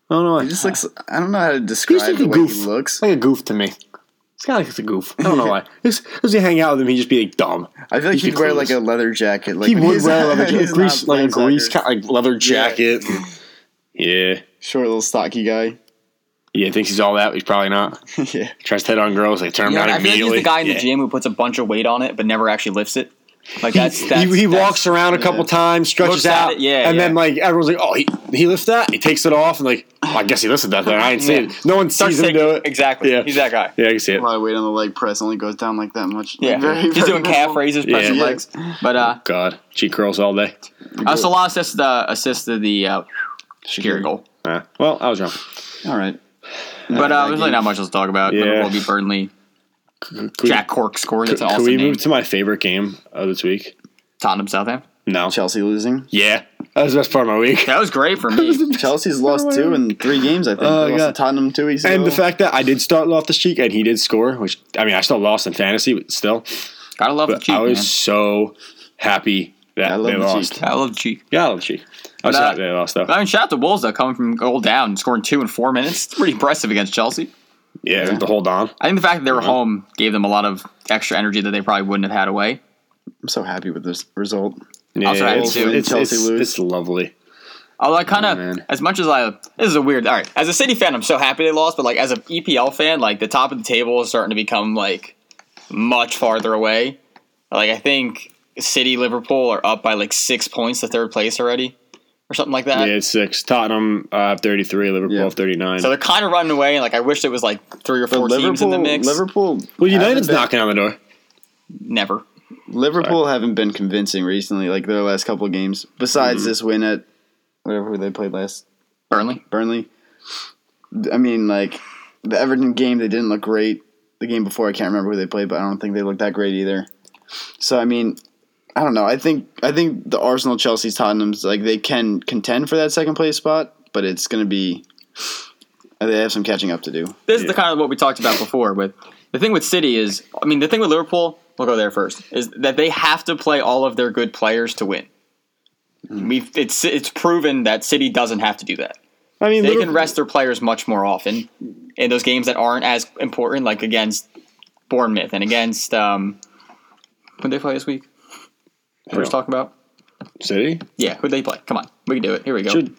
S3: I don't know why.
S2: He just looks. I don't know how to describe
S3: He's like
S2: the
S3: a
S2: way
S3: goof.
S2: he looks.
S3: like a goof to me. It's kind of like it's a goof. I don't know why. Because you hang out with him, he'd just be like dumb.
S2: I feel like
S3: He'd be
S2: he'd wear like
S3: clueless.
S2: a leather jacket. Like
S3: he
S2: when
S3: would
S2: he's-
S3: wear a leather
S2: he's
S3: jacket,
S2: not
S3: grease, like
S2: playing
S3: a grease
S2: soccer.
S3: kind like leather jacket. Yeah.
S2: short little stocky guy.
S3: Yeah, thinks he's all that. He's probably not.
S2: yeah,
S3: Tries to hit on girls. They turn him
S1: You know,
S3: down
S1: I feel like he's
S3: immediately.
S1: the guy in
S3: Yeah.
S1: the gym who puts a bunch of weight on it but never actually lifts it. Like that's, that's
S3: he, he
S1: that's-
S3: walks around a couple times, stretches
S1: Looks at
S3: out,
S1: it, yeah,
S3: and then
S1: yeah.
S3: like everyone's like, "Oh, he, he lifts that." He takes it off, and like, "Oh, I guess he lifted that. There, I ain't seen
S1: Yeah.
S3: it. No one
S1: starts
S3: sees him
S1: taking-
S3: do it.
S1: Exactly.
S3: Yeah.
S1: He's that guy.
S3: Yeah, I can see
S2: a
S3: it.
S2: lot of weight on the leg press. Only goes down like that much.
S1: Yeah,
S2: Like, very,
S1: he's
S2: very
S1: doing calf
S2: little.
S1: raises,
S3: Yeah.
S1: pressing
S3: Yeah.
S1: legs. But uh,
S3: God, cheat curls all day.
S1: uh Salah assisted, uh, assisted the uh, Shakira goal.
S3: Uh, well, I was wrong.
S2: All right.
S1: But uh,
S2: that
S1: there's really
S2: game.
S1: not much else to talk about.
S3: Yeah.
S1: Liverpool beat Burnley.
S3: Could we-
S1: Jack Cork scored. That's an
S3: Can
S1: awesome
S3: we
S1: name.
S3: move to my favorite game of this week?
S1: Tottenham Southampton.
S3: No.
S2: Chelsea losing.
S3: Yeah, that was the best part of my week.
S1: That was great for me.
S2: Chelsea's lost two in three games. I think
S3: Oh,
S2: they lost
S3: God.
S2: to Tottenham two weeks ago.
S3: And the fact that I did start Loftus Cheek and he did score, which I mean, I still lost in fantasy, but still,
S1: Gotta love the
S3: but
S1: cheek,
S3: I was
S1: man.
S3: so happy that
S2: I love the
S3: they lost.
S2: cheek.
S1: Gotta love the cheek.
S3: Yeah, I love the Cheek. I was
S1: But, uh,
S3: happy they lost though.
S1: I mean, shout out to Wolves though, coming from goal down and scoring two in four minutes. It's pretty impressive against Chelsea.
S3: Yeah, to hold on.
S1: I think the fact that they were home gave them a lot of extra energy that they probably wouldn't have had away.
S2: I'm so happy with this result.
S3: Yeah,
S1: Also happy
S3: it's,
S1: to-
S3: it's,
S2: Chelsea
S3: it's,
S2: lose.
S3: it's lovely.
S1: Although I kind of,
S3: man.
S1: as much as I, this is a weird. All right, as a City fan, I'm so happy they lost, but like as an EPL fan, like the top of the table is starting to become like much farther away. Like I think City, Liverpool are up by like six points to third place already, or something like
S3: Yeah,
S1: that.
S3: it's six. Tottenham uh, thirty three, Liverpool
S2: Yeah.
S3: thirty nine.
S1: So they're kind of running away, and like I wish it was like three or
S2: But
S1: four teams in the mix.
S2: Liverpool.
S3: well,
S2: haven't
S3: United's
S2: been-
S3: knocking on the door.
S1: Never.
S2: Liverpool haven't been convincing recently, like their last couple of games. Besides this win at whatever they played last,
S1: Burnley.
S2: Burnley. I mean, like the Everton game, they didn't look great. The game before, I can't remember who they played, but I don't think they looked that great either. So I mean, I don't know. I think I think the Arsenal, Chelsea's, Tottenham's like they can contend for that second place spot, but it's going to be they have some catching up to do.
S1: This is the kind of what we talked about before. With the thing with City is, I mean, the thing with Liverpool, we'll go there first, is that they have to play all of their good players to win. We've it's it's proven that City doesn't have to do that.
S3: I mean,
S1: They
S3: Liverpool,
S1: can rest their players much more often in those games that aren't as important, like against Bournemouth and against um, who they play this week. We were just talking about.
S3: Oh, City.
S1: Yeah, who they play? Come on, we can do it. Here we go.
S3: Should-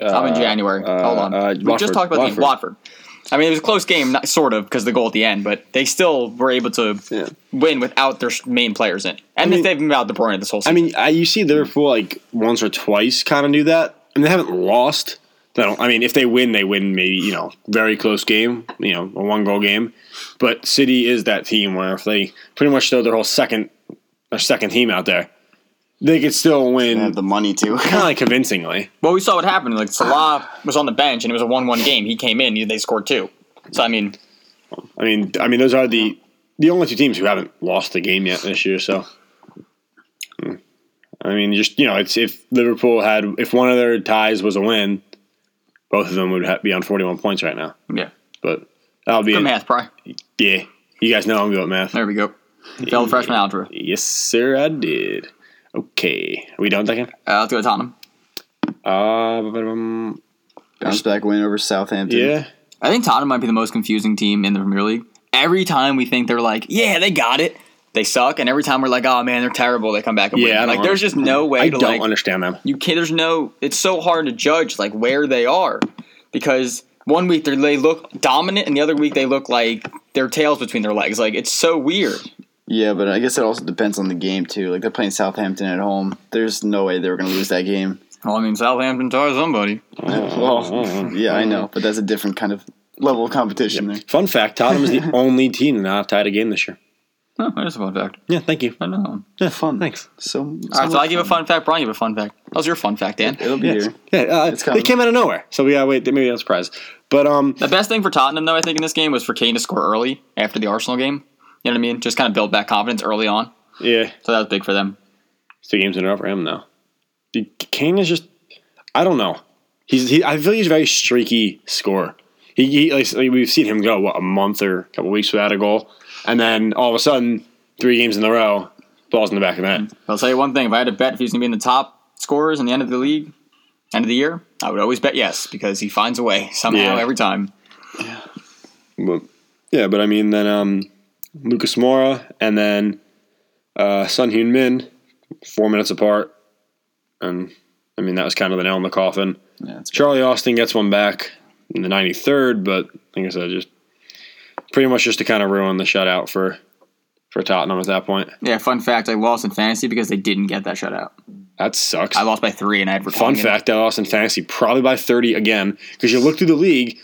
S1: I'm in January.
S3: uh,
S1: Hold on.
S3: uh,
S1: we just
S3: Watford.
S1: talked about the Watford.
S3: Watford.
S1: I mean, it was a close game, not, sort of, because the goal at the end, but they still were able to
S3: Yeah.
S1: win without their main players in. And
S3: mean-
S1: they've been out De Bruyne this whole
S3: I
S1: season.
S3: mean, I, you see Liverpool like once or twice kind of do that, and they haven't lost. I don't. I mean, if they win, they win. Maybe you know, very close game. You know, a one goal game. But City is that team where if they pretty much throw their whole second, their second team out there, they could still
S2: They
S3: win
S2: have the money too.
S3: kind of like convincingly.
S1: well, we saw what happened. Like Salah was on the bench, and it was a one-one game. He came in, and they scored two. So I mean,
S3: I mean, I mean, those are the the only two teams who haven't lost a game yet this year. So, Hmm. I mean, just you know, it's if Liverpool had if one of their ties was a win, both of them would ha- be on forty one points right now.
S1: yeah,
S3: But that'll be
S1: good
S3: it.
S1: math, Pry.
S3: yeah. You guys know I'm good at math.
S1: There we go. Failed freshman algebra.
S3: Yes, sir, I did. Okay, are we done with that game?
S1: Uh, let's go to Tottenham.
S3: Uh, ba-ba-dum.
S2: Bounce back win over Southampton.
S3: yeah.
S1: I think Tottenham might be the most confusing team in the Premier League. Every time we think they're like, yeah, they got it, they suck, and every time we're like, oh man, they're terrible, they come back and
S3: Yeah, I
S1: win.
S3: don't
S1: Like, there's just no way
S3: I
S1: to
S3: don't
S1: like
S3: understand them.
S1: you can't. There's no. It's so hard to judge like where they are because one week they're- they look dominant, and the other week they look like their tails between their legs. Like it's so weird.
S2: Yeah, but I guess it also depends on the game too. Like they're playing Southampton at home. There's no way they were going to lose that game.
S1: Well, I mean, Southampton tore somebody.
S2: well, yeah, I know, but that's a different kind of level of competition there.
S3: Fun fact: Tottenham is the only team to not have tied a game this year.
S1: Oh, there's a fun fact.
S3: Yeah, thank you.
S1: I know.
S3: Yeah,
S2: Fun.
S3: Thanks.
S2: So,
S1: All right, so
S2: so
S1: I give a fun fact. Brian, give a fun fact. That was your fun fact, Dan.
S2: it'll be here.
S3: Yeah, uh,
S2: coming.
S3: they came out of nowhere, so we gotta wait. Maybe that's a surprise. But um,
S1: The best thing for Tottenham, though, I think in this game was for Kane to score early after the Arsenal game. You know what I mean? Just kind of build back confidence early on.
S3: Yeah,
S1: So that was big for them.
S3: it's two games in a row for him now. The- Kane is just, I don't know. He's he, I feel he's a very streaky scorer. He, he like, like we've seen him go what a month or a couple weeks without a goal, and then all of a sudden three games in a row, balls in the back of the net.
S1: I'll tell you one thing: if I had to bet if he's going to be in the top scorers in the end of the league, end of the year, I would always bet yes because he finds a way somehow
S3: Yeah.
S1: every time.
S3: But yeah, but I mean then um, Lucas Mora and then uh, Sun Hyun Min, four minutes apart, and I mean that was kind of the nail in the coffin.
S2: Yeah, that's
S3: Charlie Austin gets one back in the 93rd, but like I said, just pretty much just to kind of ruin the shutout for for Tottenham at that point.
S1: Yeah, fun fact: I lost in fantasy because they didn't get that shutout.
S3: That sucks.
S1: I lost by three, and I had
S3: Fun
S1: Vertonghen.
S3: fact: I lost in fantasy probably by 30 again because you look through the league.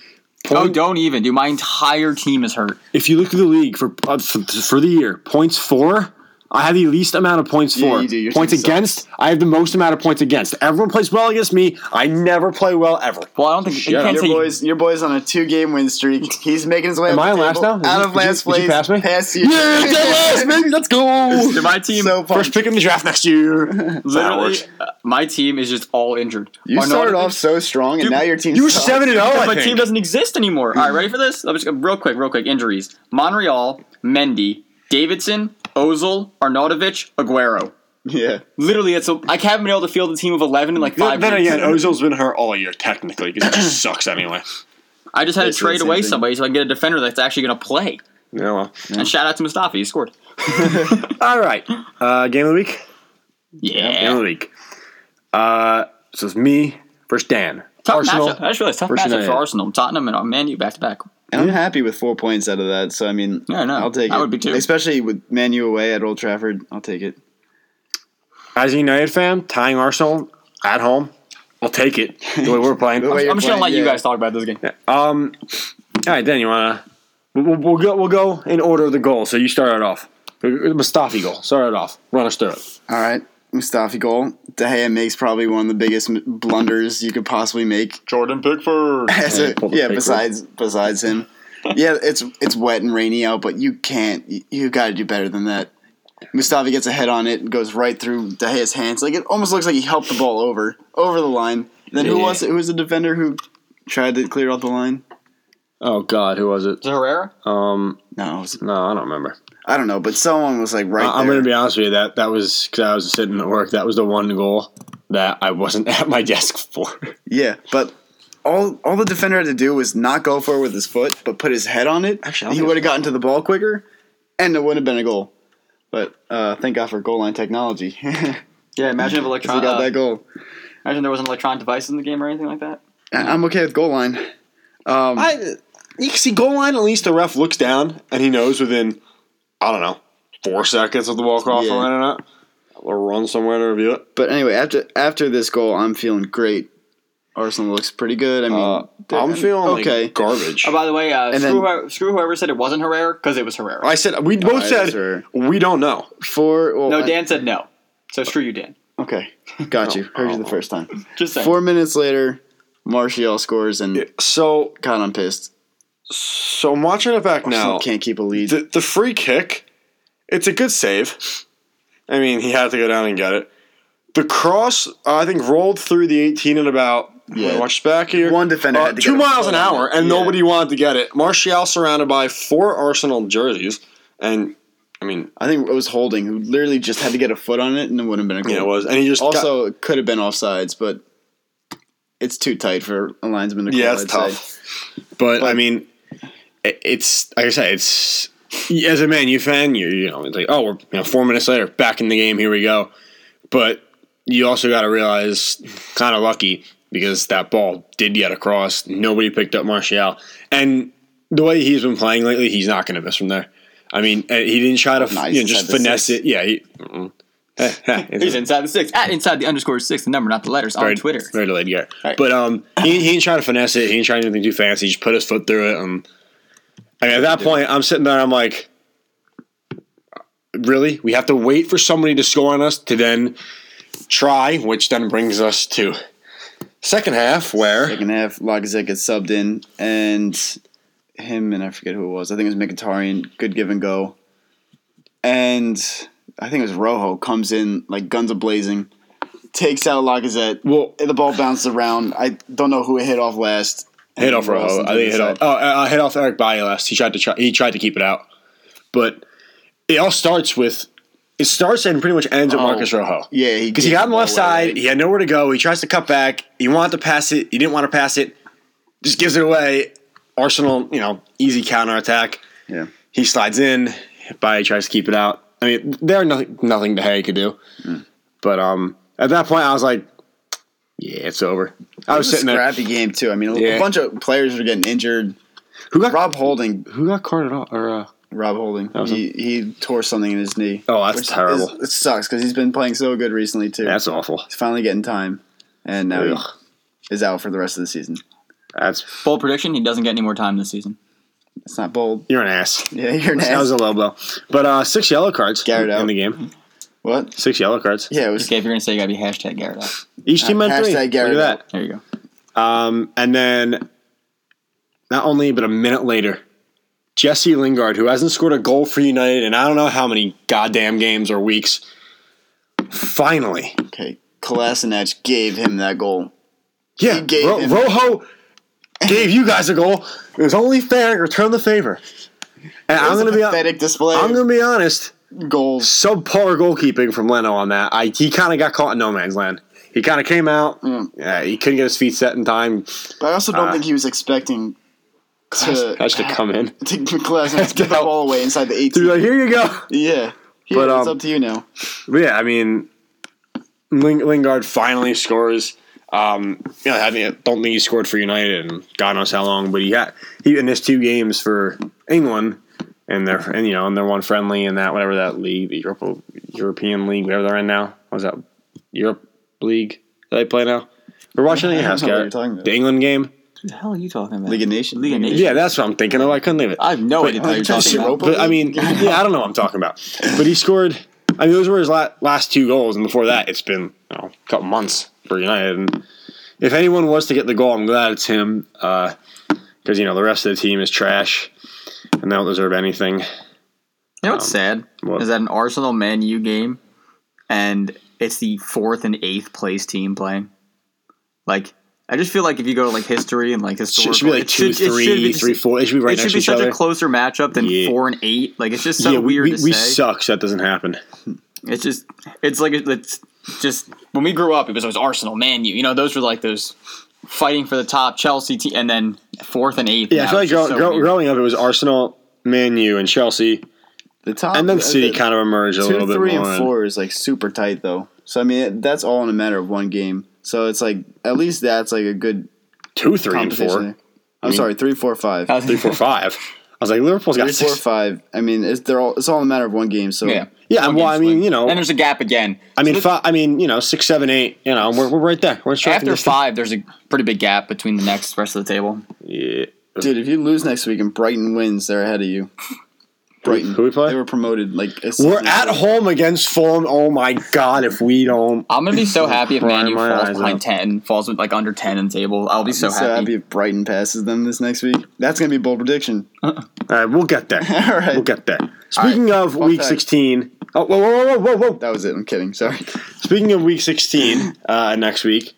S1: Oh,
S3: point-
S1: don't even, dude. My entire team is hurt.
S3: if you look through the league for uh, for, for the year, points for, I have the least amount of points
S2: Yeah,
S3: for.
S2: you do. Your
S3: points
S2: team sucks.
S3: against, I have the most amount of points against. Everyone plays well against me. I never play well ever.
S1: Well, I don't think you
S3: Shut
S1: can't
S3: up.
S2: Your
S1: say
S2: boys, your boys on a two-game win streak. He's making his way.
S3: Am
S2: up
S3: I
S2: the
S3: in last now?
S2: table,
S3: Did
S2: Out
S3: you-
S2: of
S3: did you-
S2: last
S3: did
S2: place.
S3: you pass me?
S2: you.
S3: Yeah, get last, baby. Let's go.
S1: my team.
S2: So pumped.
S3: First pick in the draft next year.
S1: literally, uh, my team is just all injured.
S2: You
S1: Arnaud-
S2: started off so strong, and
S1: Dude,
S2: now your team.
S3: You were
S2: sucks.
S3: seven and zero.
S1: Because
S3: I
S1: my team
S3: think.
S1: doesn't exist anymore. All right, ready for this? I'm just real quick, real quick. Injuries: Monreal, Mendy, Davidson, Ozil, Arnautovic, Aguero.
S2: Yeah.
S1: Literally, it's a, I haven't been able to field a team of eleven in like
S3: Then
S1: five.
S3: then
S1: years.
S3: again, Ozil's been hurt all year technically because he just sucks anyway.
S1: I just had to
S2: Basically
S1: trade
S2: the same
S1: away
S2: thing.
S1: somebody so I can get a defender that's actually going to play.
S3: Yeah, well.
S1: And shout out to Mustafi, he scored.
S3: All right, uh, game of the week. Game of
S1: Yeah,
S3: the week. Uh, so it's me versus Dan.
S1: tough
S3: Arsenal.
S1: matchup. I just realized tough
S3: versus
S1: matchup
S3: United.
S1: for Arsenal, Tottenham, and uh, Man U back to back.
S2: And I'm happy with four points out of that. So I mean,
S1: Yeah, I know.
S2: I'll take it.
S1: I would be too.
S2: Especially with Manu away at Old Trafford, I'll take it.
S3: As a United fan, tying Arsenal at home, I'll take it. The way we're playing.
S2: The way
S1: I'm just going
S2: playing,
S1: to let you
S2: yeah.
S1: guys talk about this game.
S3: Um, all right, Dan, you wanna? We'll, we'll go. We'll go in order of the goal. So you start it off. Mustafi goal. Start it off. Runner stir.
S2: All right, Mustafi goal. De Gea makes probably one of the biggest m- blunders you could possibly make.
S3: Jordan Pickford.
S2: As a-
S3: pull the
S2: yeah,
S3: paper.
S2: besides besides him, yeah, it's it's wet and rainy out, but you can't. You, you got to do better than that. Mustafi gets a head on it, and goes right through De Gea's hands. Like it almost looks like he helped the ball over over the line. Then who
S3: Yeah.
S2: was it? Who was the defender who tried to clear out the line?
S3: Oh God, who was it?
S1: Is it Herrera?
S2: Oh.
S3: Um,
S2: No, it was-
S3: no, I don't remember.
S2: I don't know, but someone was like right.
S3: I- I'm
S2: there.
S3: going to be honest with you. That that was because I was sitting at work. That was the one goal that I wasn't at my desk for.
S2: Yeah, but all all the defender had to do was not go for it with his foot, but put his head on it. Actually, he would have gotten to the ball quicker, and it would have been a goal. But uh, thank God for goal line technology. he
S1: Yeah, imagine if electron, uh,
S2: got that goal.
S1: imagine there wasn't electronic devices in the game or anything like that.
S2: I- I'm okay with goal line. Um,
S3: I you can see goal line. At least the ref looks down and he knows within I don't know four seconds of the walk off
S2: Yeah.
S3: line or not. Or run somewhere to review it.
S2: but anyway, after after this goal, I'm feeling great. Arsenal looks pretty good. I mean,
S3: Uh,
S2: they're-
S3: I'm feeling
S2: okay.
S3: like garbage.
S1: Oh, by the way, uh,
S2: And
S1: screw,
S2: then-
S1: whoever, screw whoever said it wasn't Herrera because it was Herrera.
S3: I said we both
S2: I
S3: said
S2: deserve-
S3: we don't know.
S2: Four. Well,
S1: No,
S2: I-
S1: Dan said no. So screw you, Dan.
S2: okay, got you. Heard you
S1: Oh.
S2: the first time.
S1: Just saying.
S2: Four minutes later, Martial scores, and
S3: So
S2: God, I'm pissed.
S3: so I'm watching it back now.
S2: Arsenal can't keep a lead.
S3: The, the free kick, it's a good save. I mean, he had to go down and get it. The cross, I think, rolled through the 18 in about.
S2: Yeah.
S3: Yeah. Watch back here.
S2: One defender
S3: Uh,
S2: had to
S3: two
S2: get a
S3: miles an
S2: foot on
S3: hour,
S2: it.
S3: and
S2: Yeah.
S3: nobody wanted to get it. Martial surrounded by four Arsenal jerseys, and I mean,
S2: I think it was Holding who literally just had to get a foot on it and it wouldn't have been a goal.
S3: yeah, it was, and he just got-
S2: also, it could have been offsides, but it's too tight for a linesman to call.
S3: Yeah, it's
S2: I'd
S3: tough.
S2: say.
S3: But, I mean, it, it's like I said, it's as a Man U fan, you you know, it's like oh, we're you know, four minutes later, back in the game, here we go. But you also got to realize, kind of lucky because that ball did get across. Nobody picked up Martial, and the way he's been playing lately, he's not going to miss from there. I mean, eh, he didn't try to
S2: Nah, he's
S3: you know, just
S2: inside the
S3: finesse
S2: six.
S3: it. Yeah, he, mm-mm. Eh, eh, it's-
S1: He's inside the six. At inside the underscore six, the number, not the letters, on
S3: very,
S1: Twitter.
S3: Very delayed, yeah.
S1: Right.
S3: But um, he, he ain't trying to finesse it. He ain't trying to do anything too fancy. He just put his foot through it. Um, I mean, at that point, I'm sitting there. I'm like, really? We have to wait for somebody to score on us to then try, which then brings us to second half where
S2: Second half, Lacazette gets subbed in, and him and I forget who it was. I think it was Mkhitaryan. Good give and go, and I think it was Rojo comes in like guns a blazing, takes out Lacazette.
S3: Well,
S2: The ball bounces around. I don't know who it hit off last.
S3: hit off
S2: Ross
S3: Rojo.
S2: into
S3: I think it
S2: the
S3: hit
S2: side.
S3: off. Oh, uh, hit off Eric Bailly last. He tried to try, he tried to keep it out, but it all starts with it starts and pretty much ends with
S2: Oh.
S3: Marcus Rojo.
S2: Yeah, he
S3: because he
S2: gave
S3: got
S2: the
S3: on the
S2: ball
S3: left
S2: away.
S3: side. He had nowhere to go. He tries to cut back. He wanted to pass it. He didn't want to pass it. Just gives it away. Arsenal, you know, easy counter attack.
S2: Yeah.
S3: He slides in. Bailly tries to keep it out. I mean, there nothing nothing the Hay could do.
S2: Hmm.
S3: But um, at that point, I was like, yeah, it's over. I was,
S2: It was
S3: sitting
S2: a
S3: there.
S2: scrappy game too. I mean, a-
S3: Yeah.
S2: a bunch of players were getting injured.
S3: Who got
S2: Rob Holding,
S3: Who got carded off? Or uh,
S2: Rob Holding,
S3: was a-
S2: he, he tore something in his knee.
S3: Oh, that's
S2: which
S3: terrible.
S2: is- it sucks because he's been playing so good recently too.
S3: that's awful.
S2: he's finally getting time, and now
S3: Ugh.
S2: he is out for the rest of the season.
S3: That's
S1: Bold prediction: He doesn't get any more time this season.
S2: It's not bold.
S3: you're an ass.
S2: Yeah, you're an
S3: That was
S2: ass.
S3: a low blow. But uh, six yellow cards
S2: Garrett
S3: in
S2: out.
S3: the game.
S2: what?
S3: Six yellow cards.
S2: Yeah, it was.
S1: Okay, if you're gonna say you gotta be hashtag Garrett. Out.
S3: Each team had
S2: Hashtag
S3: three. Look
S2: Garrett
S3: at that.
S2: out.
S1: There you go.
S3: Um, and then not only, but a minute later, Jesse Lingard, who hasn't scored a goal for United in I don't know how many goddamn games or weeks, finally.
S2: Okay, Kolasinac gave him that goal.
S3: Yeah,
S2: gave
S3: Ro-
S2: him-
S3: Rojo gave you guys a goal. It was only fair. Return the favor. And
S2: It
S3: I'm
S2: was
S3: gonna
S2: a
S3: be
S2: pathetic display.
S3: I'm gonna be honest.
S2: of goals.
S3: Subpar goalkeeping from Leno on that. I, he kind of got caught in no man's land. He kind of came out.
S2: Yeah.
S3: Yeah, he couldn't get his feet set in time.
S2: But I also don't
S3: Uh,
S2: think he was expecting to
S3: I should come in.
S2: to Kolasinac to give the
S3: No.
S2: ball away inside the 18.
S3: Dude, like, here you go.
S2: yeah. Here,
S3: But,
S2: it's
S3: um,
S2: up to you now.
S3: But yeah, I mean, Ling- Lingard finally scores. Um, you know, I mean, I don't think he scored for United and God knows how long, but he had he in his two games for England and their and you know and their one friendly and that whatever that league, the Europa, European league, whatever they're in now. What's that Europe League that they play now? We're watching it in
S2: I
S3: your
S2: don't
S3: house,
S2: know what
S3: Garrett.
S2: you're talking about.
S3: The England game.
S1: Who the hell are you talking about?
S2: League of Nations.
S1: League of Nations.
S3: Yeah, that's what I'm thinking of. I couldn't leave it.
S1: I have no idea what you're
S2: trying to
S1: talking
S2: say
S1: about.
S2: Europa
S3: But I mean,
S2: League?
S3: yeah, I don't know what I'm talking about. But he scored. I mean, those were his la- last two goals, and before that, it's been you know, a couple months for United. And if anyone was to get the goal, I'm glad it's him because you know the rest of the team is trash, and they don't deserve anything.
S1: You know what's sad
S3: what?
S1: is that an Arsenal Man U game, and it's the fourth and eighth place team playing. Like, I just feel like if you go to like history and like
S3: It
S1: historical,
S3: should, should be like two, three, three, four.
S1: it should be,
S3: It should be right
S1: it should
S3: next
S1: be
S3: to
S1: such
S3: each
S1: a
S3: other.
S1: closer matchup than
S3: Yeah.
S1: four and eight. Like, it's just so
S3: yeah, we,
S1: weird
S3: we,
S1: to
S3: we
S1: say.
S3: suck. So that doesn't happen.
S1: It's just, it's like it's just when we grew up, it was always Arsenal Man U. You know, those were like those fighting for the top Chelsea team, and then fourth and eighth.
S3: Yeah, I
S1: now.
S3: feel like
S1: It's just
S3: grow,
S1: so
S3: grow,
S1: weird.
S3: growing up, it was Arsenal, Man U, and Chelsea,
S2: The top
S3: and then
S2: uh,
S3: City
S2: the
S3: kind of emerged a
S2: two,
S3: little bit
S2: three,
S3: more.
S2: and four is like super tight though. So I mean, it, that's all in a matter of one game. So it's like at least that's like a good
S3: two, three, and
S2: competition.
S3: four.
S2: there. I'm sorry, three, four, five.
S1: I was-
S3: three, four, five. I was like, Liverpool's got
S2: Three, four,
S3: six.
S2: five. I mean, it's they're all. It's all in a matter of one game. So
S1: yeah.
S3: Yeah,
S1: One
S3: well, I
S1: game's
S3: mean,
S1: win.
S3: you know,
S1: and there's a gap again.
S3: I mean, fi- I mean, you know, six, seven, eight. You know, we're, we're right there. We're striking
S1: after
S3: distance.
S1: five, there's a pretty big gap between the next rest of the table.
S3: Yeah.
S2: dude, if you lose next week and Brighton wins, they're ahead of you. Brighton,
S3: who we play?
S2: They were promoted. Like a
S3: We're
S2: season
S3: at
S2: ago.
S3: home against Fulham. Oh my God! If we don't,
S1: I'm gonna be so happy if Man
S3: Crying
S1: U
S3: my
S1: falls
S3: eyes
S1: behind
S3: out.
S1: ten, falls with like under ten in table. I'll be so,
S2: So, happy
S1: happy.
S2: if Brighton passes them this next week. That's gonna be a bold prediction.
S3: all right, we'll get there.
S2: All right.
S3: We'll get there. Speaking of
S2: Fun
S3: week
S2: fact.
S3: sixteen. Oh, whoa, whoa, whoa, whoa, whoa!
S2: That was it. I'm kidding. Sorry.
S3: Speaking of week sixteen, uh, next week.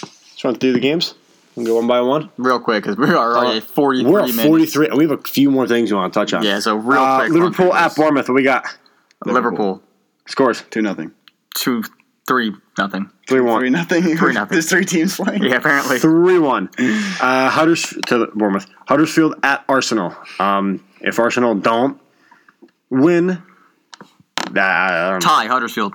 S3: Just want to do the games. We can go one by one.
S1: Real quick, because we are already at forty-three
S3: We're at
S1: minutes.
S3: forty-three, and we have a few more things we want to touch on.
S1: Yeah, so real
S3: Uh,
S1: quick.
S3: Liverpool
S1: run
S3: at
S1: through
S3: Bournemouth. What we got
S1: this. Liverpool
S3: scores
S2: Two nothing.
S1: two three nothing.
S3: three one.
S2: Three nothing. Three
S1: nothing.
S2: There's three teams playing.
S1: Yeah, apparently.
S3: Three one. Uh, Hudders to the- Bournemouth. Huddersfield at Arsenal. Um, if Arsenal don't win, that I don't know.
S1: Tie Huddersfield.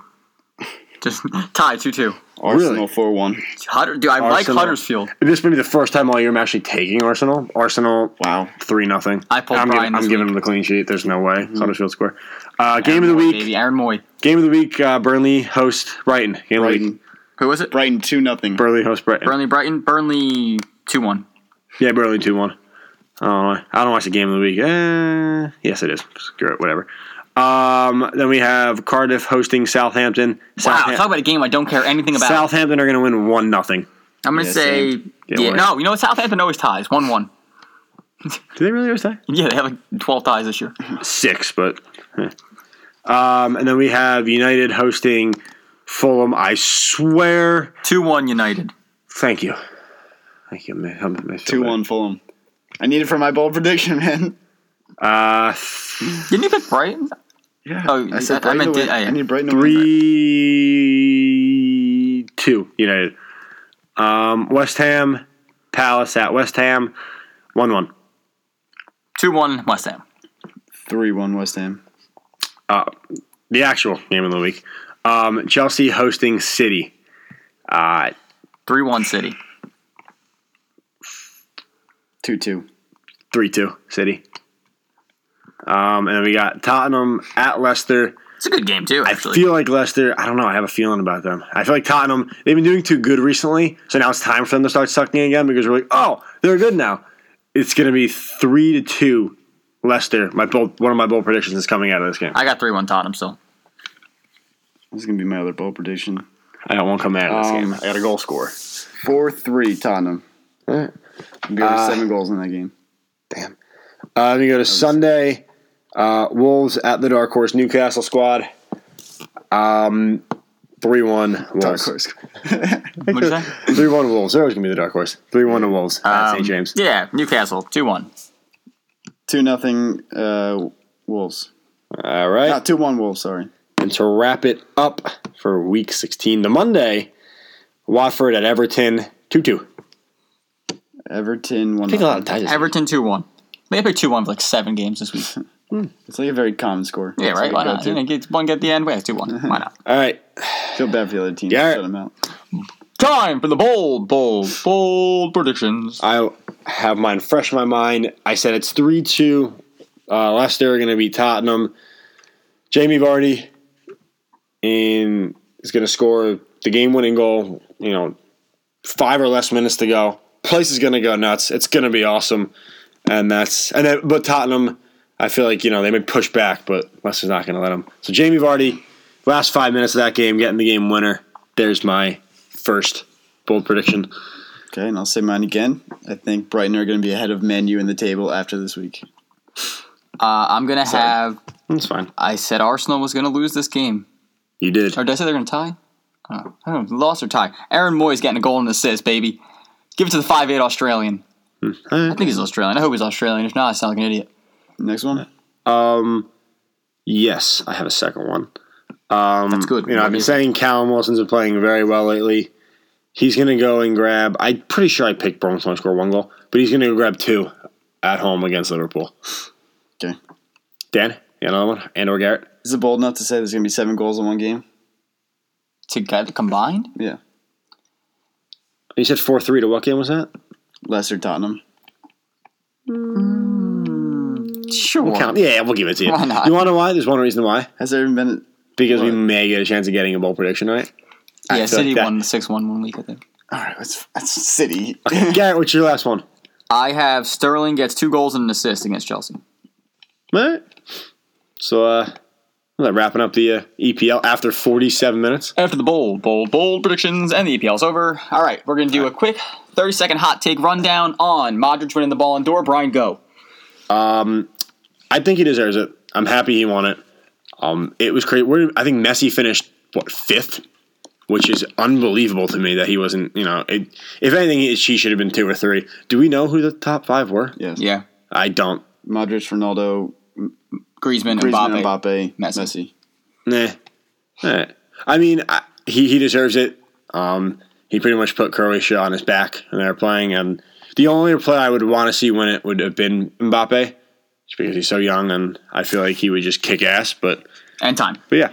S1: Just tie two two.
S2: Arsenal four one.
S1: Hutter, dude, I like
S3: Arsenal.
S1: Huddersfield.
S3: this may be the first time all year I'm actually taking Arsenal. Arsenal
S2: Wow.
S3: three nothing.
S1: I pulled
S3: I'm,
S1: Brian
S3: giving,
S1: this
S3: I'm
S1: week. Mm-hmm.
S3: giving them the clean sheet. There's no way Huddersfield score. Uh, game of the
S1: Moy,
S3: week.
S1: baby. Aaron Moy.
S3: Game of the week. Uh, Burnley host Brighton. Game of the week.
S2: Brighton.
S1: Who was it?
S2: Brighton two nothing.
S3: Burnley host Brighton.
S1: Burnley Brighton. Burnley two one.
S3: Yeah, Burnley two one. I don't know. I don't watch the game of the week. Eh, yes, it is. Screw it. Whatever. Um, then we have Cardiff hosting Southampton.
S1: Wow,
S3: Southam-
S1: talk about a game I don't care anything about.
S3: Southampton are going to win one nothing.
S1: I'm gonna
S2: Yeah,
S1: say
S2: same.
S1: yeah,
S3: Yeah, why?
S1: no. You know what? Southampton always ties one one.
S3: Do they really always tie?
S1: Yeah, they have like twelve ties this year.
S3: Six, but eh. Um, and then we have United hosting Fulham. I swear.
S1: Two one United.
S3: Thank you. Thank you, man. I'm- I feel
S2: Two
S3: bad.
S2: one Fulham. I need it for my bold prediction, man.
S3: Uh,
S1: Didn't you pick Brighton?
S2: Yeah.
S1: Oh,
S2: I said
S1: I- I
S2: Brighton.
S1: meant
S2: to
S1: the-
S2: win.
S1: I-
S2: I need Brighton to win.
S3: three two United. Um, West Ham, Palace at West Ham, one one.
S1: Two one West Ham.
S2: Three one West Ham.
S3: The actual game of the week. Um, Chelsea hosting City. Uh,
S1: Three one City.
S2: Two two.
S3: three two City. Um, and then we got Tottenham at Leicester.
S1: It's a good game too.
S3: I
S1: Actually,
S3: feel like Leicester. I don't know. I have a feeling about them. I feel like Tottenham. They've been doing too good recently, so now it's time for them to start sucking again because we're like, oh, they're good now. It's gonna be three to two, Leicester. My bold, one of my bold predictions is coming out of this game.
S1: I got three one Tottenham still.
S2: This is gonna be my other bold prediction.
S3: I got one coming out of this
S2: Um,
S3: game. I got a goal score.
S2: Four three Tottenham.
S3: Alright.
S2: It'll Be over seven goals in that game.
S3: Damn. Uh, we go to Sunday. Uh, Wolves at the dark horse Newcastle squad. Um, three one
S2: Dark
S3: Wolves.
S2: horse.
S1: What you say?
S3: Three one Wolves. They're always gonna be the dark horse. Three one to Wolves at
S1: Um,
S3: St James.
S1: Yeah, Newcastle. Two one.
S2: two nothing. Uh, Wolves.
S3: All right.
S2: Not two one Wolves. Sorry.
S3: And to wrap it up for week 16, the Monday, Watford at Everton, 2 2.
S2: Everton one.
S3: Pick a lot of ties.
S1: Everton two one. They picked two one for like seven games this week.
S2: It's like a very common score.
S1: Yeah,
S2: It's
S1: right. Why
S2: Like a
S1: not?
S2: go-to.
S1: Yeah, get one get the end. Wait, two one. Why not?
S3: All right.
S2: Feel bad for the other team.
S3: Yeah.
S2: Shut them out.
S1: Time for the bold, bold, bold predictions.
S3: I have mine fresh in my mind. I said it's 3 2. Uh, Leicester are going to be Tottenham. Jamie Vardy in, is going to score the game winning goal, you know, five or less minutes to go. Place is going to go nuts. It's going to be awesome. And that's, and then, but Tottenham, I feel like, you know, they may push back, but Leicester's not going to let them. So Jamie Vardy, last five minutes of that game, getting the game winner. There's my first bold prediction.
S2: Okay, and I'll say mine again. I think Brighton are going to be ahead of Man U in the table after this week.
S1: Uh, I'm gonna have.
S3: That's fine.
S1: I said Arsenal was gonna lose this game.
S3: You did.
S1: Or did I say they're gonna tie? Uh, I don't know. Lost or tie. Aaron Moy's getting a goal and an assist, baby. Give it to the five eight Australian. I think he's Australian. I hope he's Australian. If not, I sound like an idiot.
S2: Next one.
S3: Um, yes, I have a second one. Um, That's
S1: good.
S3: You know, I've been saying Callum Wilson's been playing very well lately. He's going to go and grab. I'm pretty sure I picked Bournemouth to score one goal, but he's going to grab two at home against Liverpool.
S2: Okay.
S3: Dan, you got another one, and or Garrett.
S2: Is it bold enough to say there's going to be seven goals in one game?
S1: To get combined,
S2: Yeah.
S3: You said four three to what game was that?
S2: Leicester Tottenham.
S1: sure.
S3: We'll count. Yeah, we'll give it to you.
S1: Why not?
S3: You want to know why? There's one reason why.
S2: Has there even been?
S3: Because we
S2: What?
S3: may get a chance of getting a bowl prediction right.
S1: Yeah,
S3: I feel
S1: City
S3: like that-
S1: won six one one week. I think.
S2: All right, that's, that's City.
S3: Garrett, what's your last one?
S1: I have Sterling gets two goals and an assist against Chelsea.
S3: All right. So, uh, is that wrapping up the uh, EPL after 47 minutes.
S1: After the bold, bold, bold predictions and the EPL's over. All right, we're gonna do a quick 30 second hot take rundown on Modric winning the ball and door. Brian, go.
S3: I think he deserves it. I'm happy he won it. Um, it was crazy. We're, I think Messi finished what fifth, which is unbelievable to me that he wasn't. You know, it, if anything, he- she should have been two or three. Do we know who the top five were?
S2: yes.
S1: Yeah,
S3: I don't.
S2: Modric, Ronaldo,
S1: Griezmann,
S2: Griezmann,
S1: Mbappe.
S2: Mbappe,
S1: Messi.
S2: Messi.
S3: Nah. Eh. I mean, I, he he deserves it. Um, he pretty much put Croatia on his back, and they were playing. And the only player I would want to see win it would have been Mbappe, just because he's so young, and I feel like he would just kick ass. But
S1: and time.
S3: but yeah,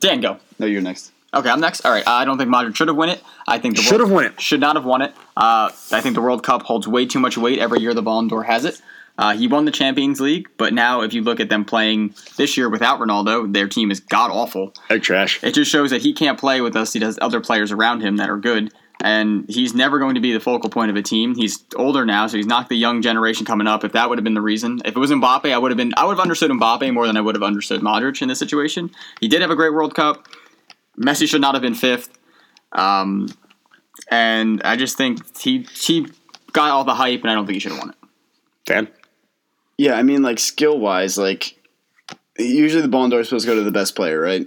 S1: Dan, go.
S2: No, you're next.
S1: Okay, I'm next. All right, I don't think Modric should have won it. I think the
S3: should have
S1: World-
S3: won it.
S1: should not have won it. Uh, I think the World Cup holds way too much weight every year. The Ballon d'Or has it. Uh, he won the Champions League, but now if you look at them playing this year without Ronaldo, their team is god awful.
S3: Egg trash.
S1: it just shows that he can't play with us. He does other players around him that are good, and he's never going to be the focal point of a team. He's older now, so he's not the young generation coming up. If that would have been the reason, if it was Mbappe, I would have been I would have understood Mbappe more than I would have understood Modric in this situation. He did have a great World Cup. Messi should not have been fifth, um, and I just think he he got all the hype, and I don't think he should have won it.
S3: Dan.
S2: Yeah, I mean, like skill wise, like usually the Ballon d'Or is supposed to go to the best player, right?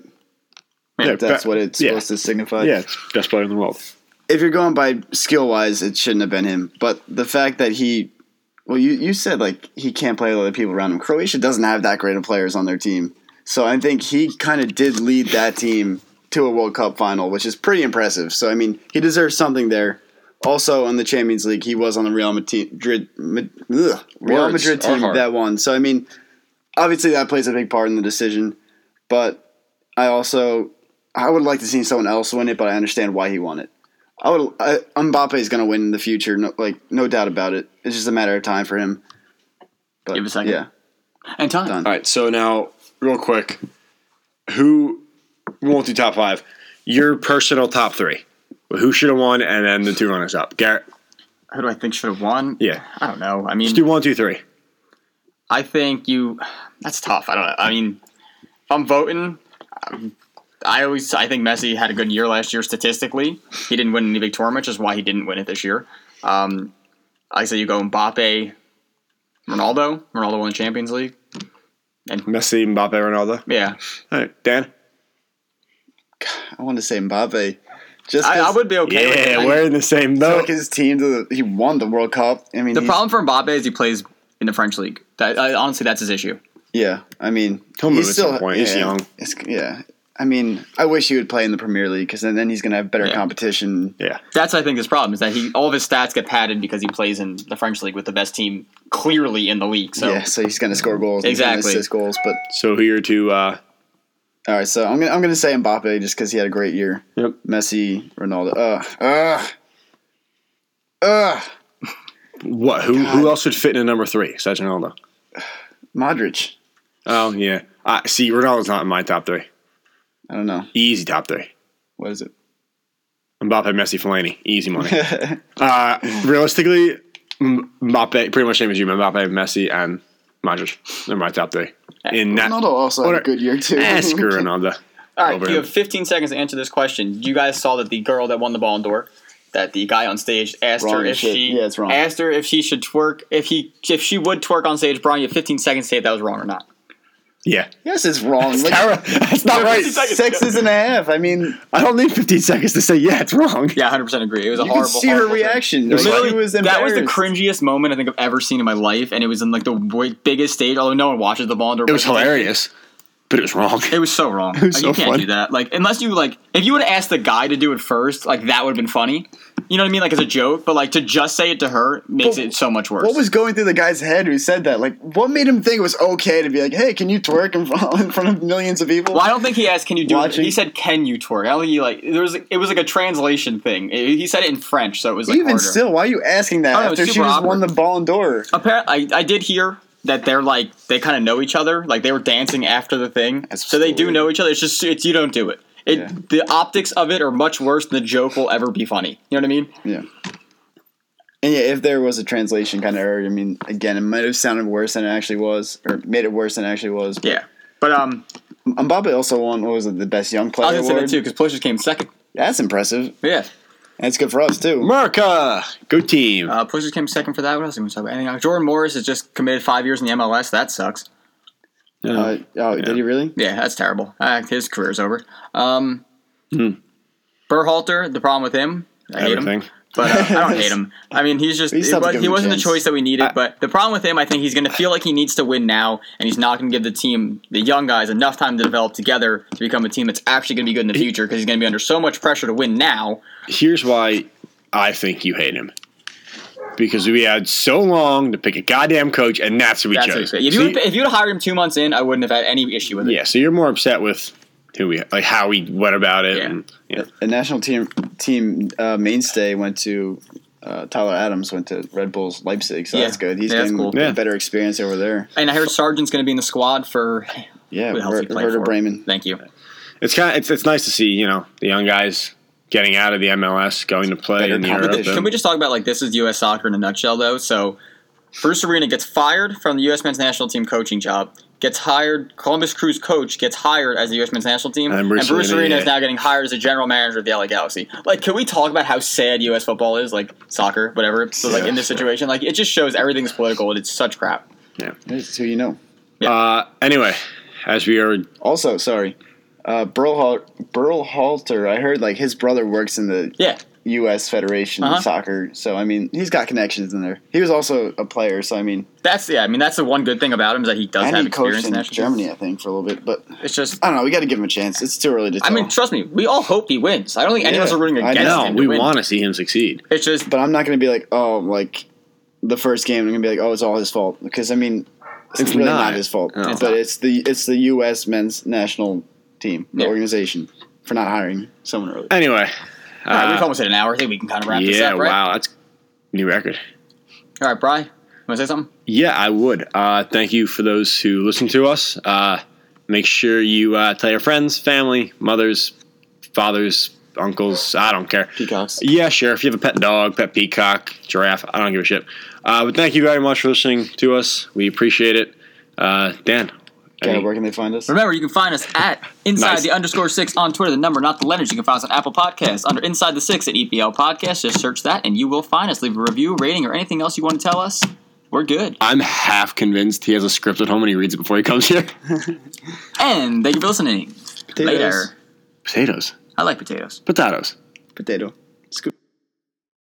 S3: Yeah,
S2: That's
S3: ba-
S2: what it's
S3: yeah.
S2: supposed to signify.
S3: Yeah, best player in the world.
S2: If you're going by skill wise, it shouldn't have been him. But the fact that he, well, you you said like he can't play with other people around him. Croatia doesn't have that great of players on their team, so I think he kind of did lead that team to a World Cup final, which is pretty impressive. So I mean, he deserves something there. Also in the Champions League, he was on the Real Madrid, Madrid ugh, Real
S3: Words
S2: Madrid
S3: are
S2: team
S3: hard.
S2: that won. So I mean, obviously that plays a big part in the decision, but I also I would like to see someone else win it, but I understand why he won it. I would I, Mbappe is going to win in the future, no, like no doubt about it. It's just a matter of time for him. But,
S1: Give it a second.
S2: Yeah,
S1: And time.
S2: Done.
S3: All right, so now real quick, who we won't do top five? Your personal top three. Who should have won, and then the two runners up. Garrett,
S1: Who do I think should have won?
S3: Yeah.
S1: I don't know. I mean,
S3: just do one, two, three.
S1: I think you. That's tough. I don't know. I mean, if I'm voting, um, I always I think Messi had a good year last year statistically. He didn't win any big tournament, which is why he didn't win it this year. Um, I say you go Mbappe, Ronaldo. Ronaldo won Champions League.
S3: Messi, Mbappe, Ronaldo.
S1: Yeah,
S3: All right, Dan.
S2: I want to say Mbappe. Just
S1: I, I
S2: 'cause
S1: would be okay. with it. I
S3: Yeah,
S1: mean,
S3: we're in the same
S2: took
S3: boat.
S2: his team to the, he won the World Cup. I mean,
S1: the
S2: he's-
S1: problem for Mbappe is he plays in the French league. That I, honestly, that's his issue.
S2: Yeah, I mean,
S3: He'll move at some point. He's young.
S2: It's, yeah, I mean, I wish he would play in the Premier League because then, then he's going to have better
S1: Yeah.
S2: competition.
S3: Yeah,
S1: That's I think his problem is that he all of his stats get padded because he plays in the French league with the best team clearly in the league. So
S2: yeah, so he's going to score goals. and he's gonna
S1: Exactly.
S2: assist goals, but
S3: so who are two? Uh,
S2: All right, so I'm gonna I'm gonna say Mbappe just because he had a great year.
S3: Yep.
S2: Messi, Ronaldo. uh, Ugh. Ugh. Ugh.
S3: what? Who? Who else would fit in a number three? Such Ronaldo.
S2: Modric.
S3: Oh yeah. I see, Ronaldo's not in my top three.
S2: I don't know.
S3: Easy top three.
S2: What is it?
S3: Mbappe, Messi, Fellaini. Easy money. uh, realistically, M- Mbappe, pretty much same as you. Mbappe, Messi, and Modric. They're my top three.
S1: Eh,
S3: In
S1: Ah.
S3: that,
S2: Ronaldo also had a good year too.
S3: Eh, screw Ronaldo.
S1: All right,
S3: over
S1: you
S3: him.
S1: have 15 seconds to answer this question. You guys saw that the girl that won the Ballon d'Or, that the guy on stage asked
S2: Wrong
S1: her if
S2: shit.
S1: she
S2: Yeah, it's wrong.
S1: asked her if she should twerk, if he if she would twerk on stage. Brian, you have 15 seconds to say if that was wrong or not.
S3: Yeah.
S2: Yes, it's wrong. Like,
S3: That's not right.
S2: sexes and a half. I mean,
S3: I don't need 15 seconds to say, yeah, it's wrong.
S1: Yeah, 100% agree. It was a
S2: you
S1: horrible.
S2: could see her
S1: horrible thing.
S2: reaction. Like,
S1: Literally,
S2: she was
S1: that was the
S2: embarrassed.
S1: cringiest moment I think I've ever seen in my life, and it was in like the w- biggest stage. Although no one watches the Ballon d'Or,
S3: It was hilarious, but it was wrong.
S1: It was so wrong.
S3: was
S1: Like,
S3: so
S1: you can't
S3: funny.
S1: do that. Like unless you like, if you would have asked the guy to do it first, like that would have been funny. You know what I mean? Like as a joke, but like to just say it to her makes
S2: Well,
S1: it so much worse.
S2: What was going through the guy's head who said that? Like, what made him think it was okay to be like, "Hey, can you twerk in front in front of millions of people?"
S1: Well, I don't think he asked, "Can you do?"
S2: Watching-
S1: it? He said, "Can you twerk?" I don't think he like there was it was like a translation thing. It- he said it in French, so it was like
S2: Even
S1: harder.
S2: still, why are you asking that
S1: Oh, no, it's
S2: after she
S1: super
S2: just won the
S1: awkward.
S2: Ballon d'Or?
S1: Apparently, I, I did hear that they're like they kind of know each other. Like they were dancing after the thing,
S2: That's
S1: so they do
S2: weird.
S1: know each other. It's just it's you don't do it. It
S2: Yeah.
S1: the optics of it are much worse than the joke will ever be funny. You know what I mean?
S2: Yeah. And yeah, if there was a translation kind of error, I mean, again, it might have sounded worse than it actually was, or made it worse than it actually was.
S1: Yeah. But um,
S2: Mbappe also won, what was it, the best young
S1: I
S2: player
S1: was gonna say that
S2: award?
S1: too because Pushers came second.
S2: That's impressive.
S1: Yeah.
S2: And it's good for us, too.
S3: America, good team.
S1: Uh, Pushers came second for that. What else do we talk about? Anything else? Jordan Morris has just committed five years in the MLS. That sucks.
S2: Uh, oh, did he really?
S1: Yeah, that's terrible. Uh, his career's over. Um,
S2: Hmm.
S1: Berhalter, the problem with him, I hate him.
S3: Everything.
S1: But uh, I don't hate him. I mean, he's just
S2: At least
S1: it
S2: have to
S1: was,
S2: give
S1: he
S2: him a
S1: wasn't the
S2: chance.
S1: choice that we needed. but the problem with him, I think he's going to feel like he needs to win now, and he's not going to give the team, the young guys, enough time to develop together to become a team that's actually going to be good in the future because he's going to be under so much pressure to win now.
S3: Here's why I think you hate him. Because we had so long to pick a goddamn coach, and that's what we
S1: That's what
S3: chose.
S1: he's- if you
S3: So
S1: would've- if you'd have hired him two months in, I wouldn't have had any issue with it.
S3: yeah, so you're more upset with who we, like how we went about it.
S1: Yeah.
S3: And, yeah.
S2: A national team team uh, mainstay went to uh, Tyler Adams, went to Red Bulls Leipzig, so
S1: Yeah.
S2: that's good. He's
S1: Yeah, that's
S2: getting
S1: cool.
S2: a
S3: Yeah.
S2: better experience over there.
S1: And I heard Sargent's going to be in the squad for
S2: Yeah,
S1: who the hell does he
S2: Wer-
S1: play
S2: Werder
S1: for?
S2: Bremen.
S1: Thank you.
S3: it's kind of it's, it's nice to see you know the young guys getting out of the MLS, going to play
S2: Better
S3: in Europe.
S2: competition.
S1: Can we
S3: and-
S1: just talk about like this is U.S. soccer in a nutshell, though? So, Bruce Arena gets fired from the U.S. men's national team coaching job, gets hired. Columbus Crew's coach gets hired as the U.S. men's national team,
S3: And
S1: and
S3: Bruce
S1: Bruce,
S3: Arena,
S1: Arena,
S3: yeah.
S1: is now getting hired as a general manager of the LA Galaxy. Like, can we talk about how sad U.S. football is? Like soccer, whatever. So, like in this situation, like it just shows everything's political and it's such crap.
S3: Yeah.
S2: That's who you know.
S3: Uh, anyway, as we are.
S2: Also, sorry, uh, Burl Halter. I heard like his brother works in the
S1: Yeah.
S2: U.S. Federation
S1: Uh-huh.
S2: of Soccer, so I mean he's got connections in there. He was also a player, so I mean,
S1: That's yeah. I mean, that's the one good thing about him is that he does
S2: and
S1: have
S2: he
S1: experience
S2: coached
S1: in
S2: in
S1: national
S2: Germany, I think, for a little bit. But
S1: teams. It's just.
S2: I don't know. We got to give him a chance. It's too early to tell.
S1: I mean, trust me. We all hope he wins. I don't think any of us
S2: Yeah,
S1: are rooting
S2: I
S1: against
S2: know.
S1: him. to
S3: we
S1: win.
S3: want to see him succeed.
S1: It's just
S2: but I'm not going to be like, oh, like the first game. I'm going to be like, oh, it's all his fault because I mean, it's,
S3: It's
S2: really
S3: not.
S2: not. his fault.
S3: No. It's
S2: But
S1: not.
S2: it's the it's the U.S. men's national team, the
S1: Yeah.
S2: organization, for not hiring someone early.
S3: Anyway.
S1: all right, we've
S3: uh,
S1: almost hit an hour. I think we can kind of wrap this
S3: yeah,
S1: up, right?
S3: wow. That's new record.
S1: All right, Bry, you want to say something?
S3: Yeah, I would. Uh, thank you for those who listen to us. Uh, make sure you uh, tell your friends, family, mothers, fathers, uncles. I don't care.
S2: Peacocks.
S3: Yeah, sure. If you have a pet dog, pet peacock, giraffe, I don't give a shit. Uh, but thank you very much for listening to us. We appreciate it. Uh, Dan.
S2: Okay,
S3: any-
S2: where can they find us?
S1: Remember, you can find us at Inside
S3: Nice.
S1: the underscore six on Twitter, the number, not the letters. You can find us on Apple Podcasts under Inside the Six at EPL Podcast. Just search that and you will find us. Leave a review, rating, or anything else you want to tell us. We're good.
S3: I'm half convinced he has a script at home and he reads it before he comes here.
S1: And thank you for listening.
S2: Potatoes.
S1: Later.
S3: potatoes.
S1: I like potatoes.
S3: Potatoes.
S2: Potato.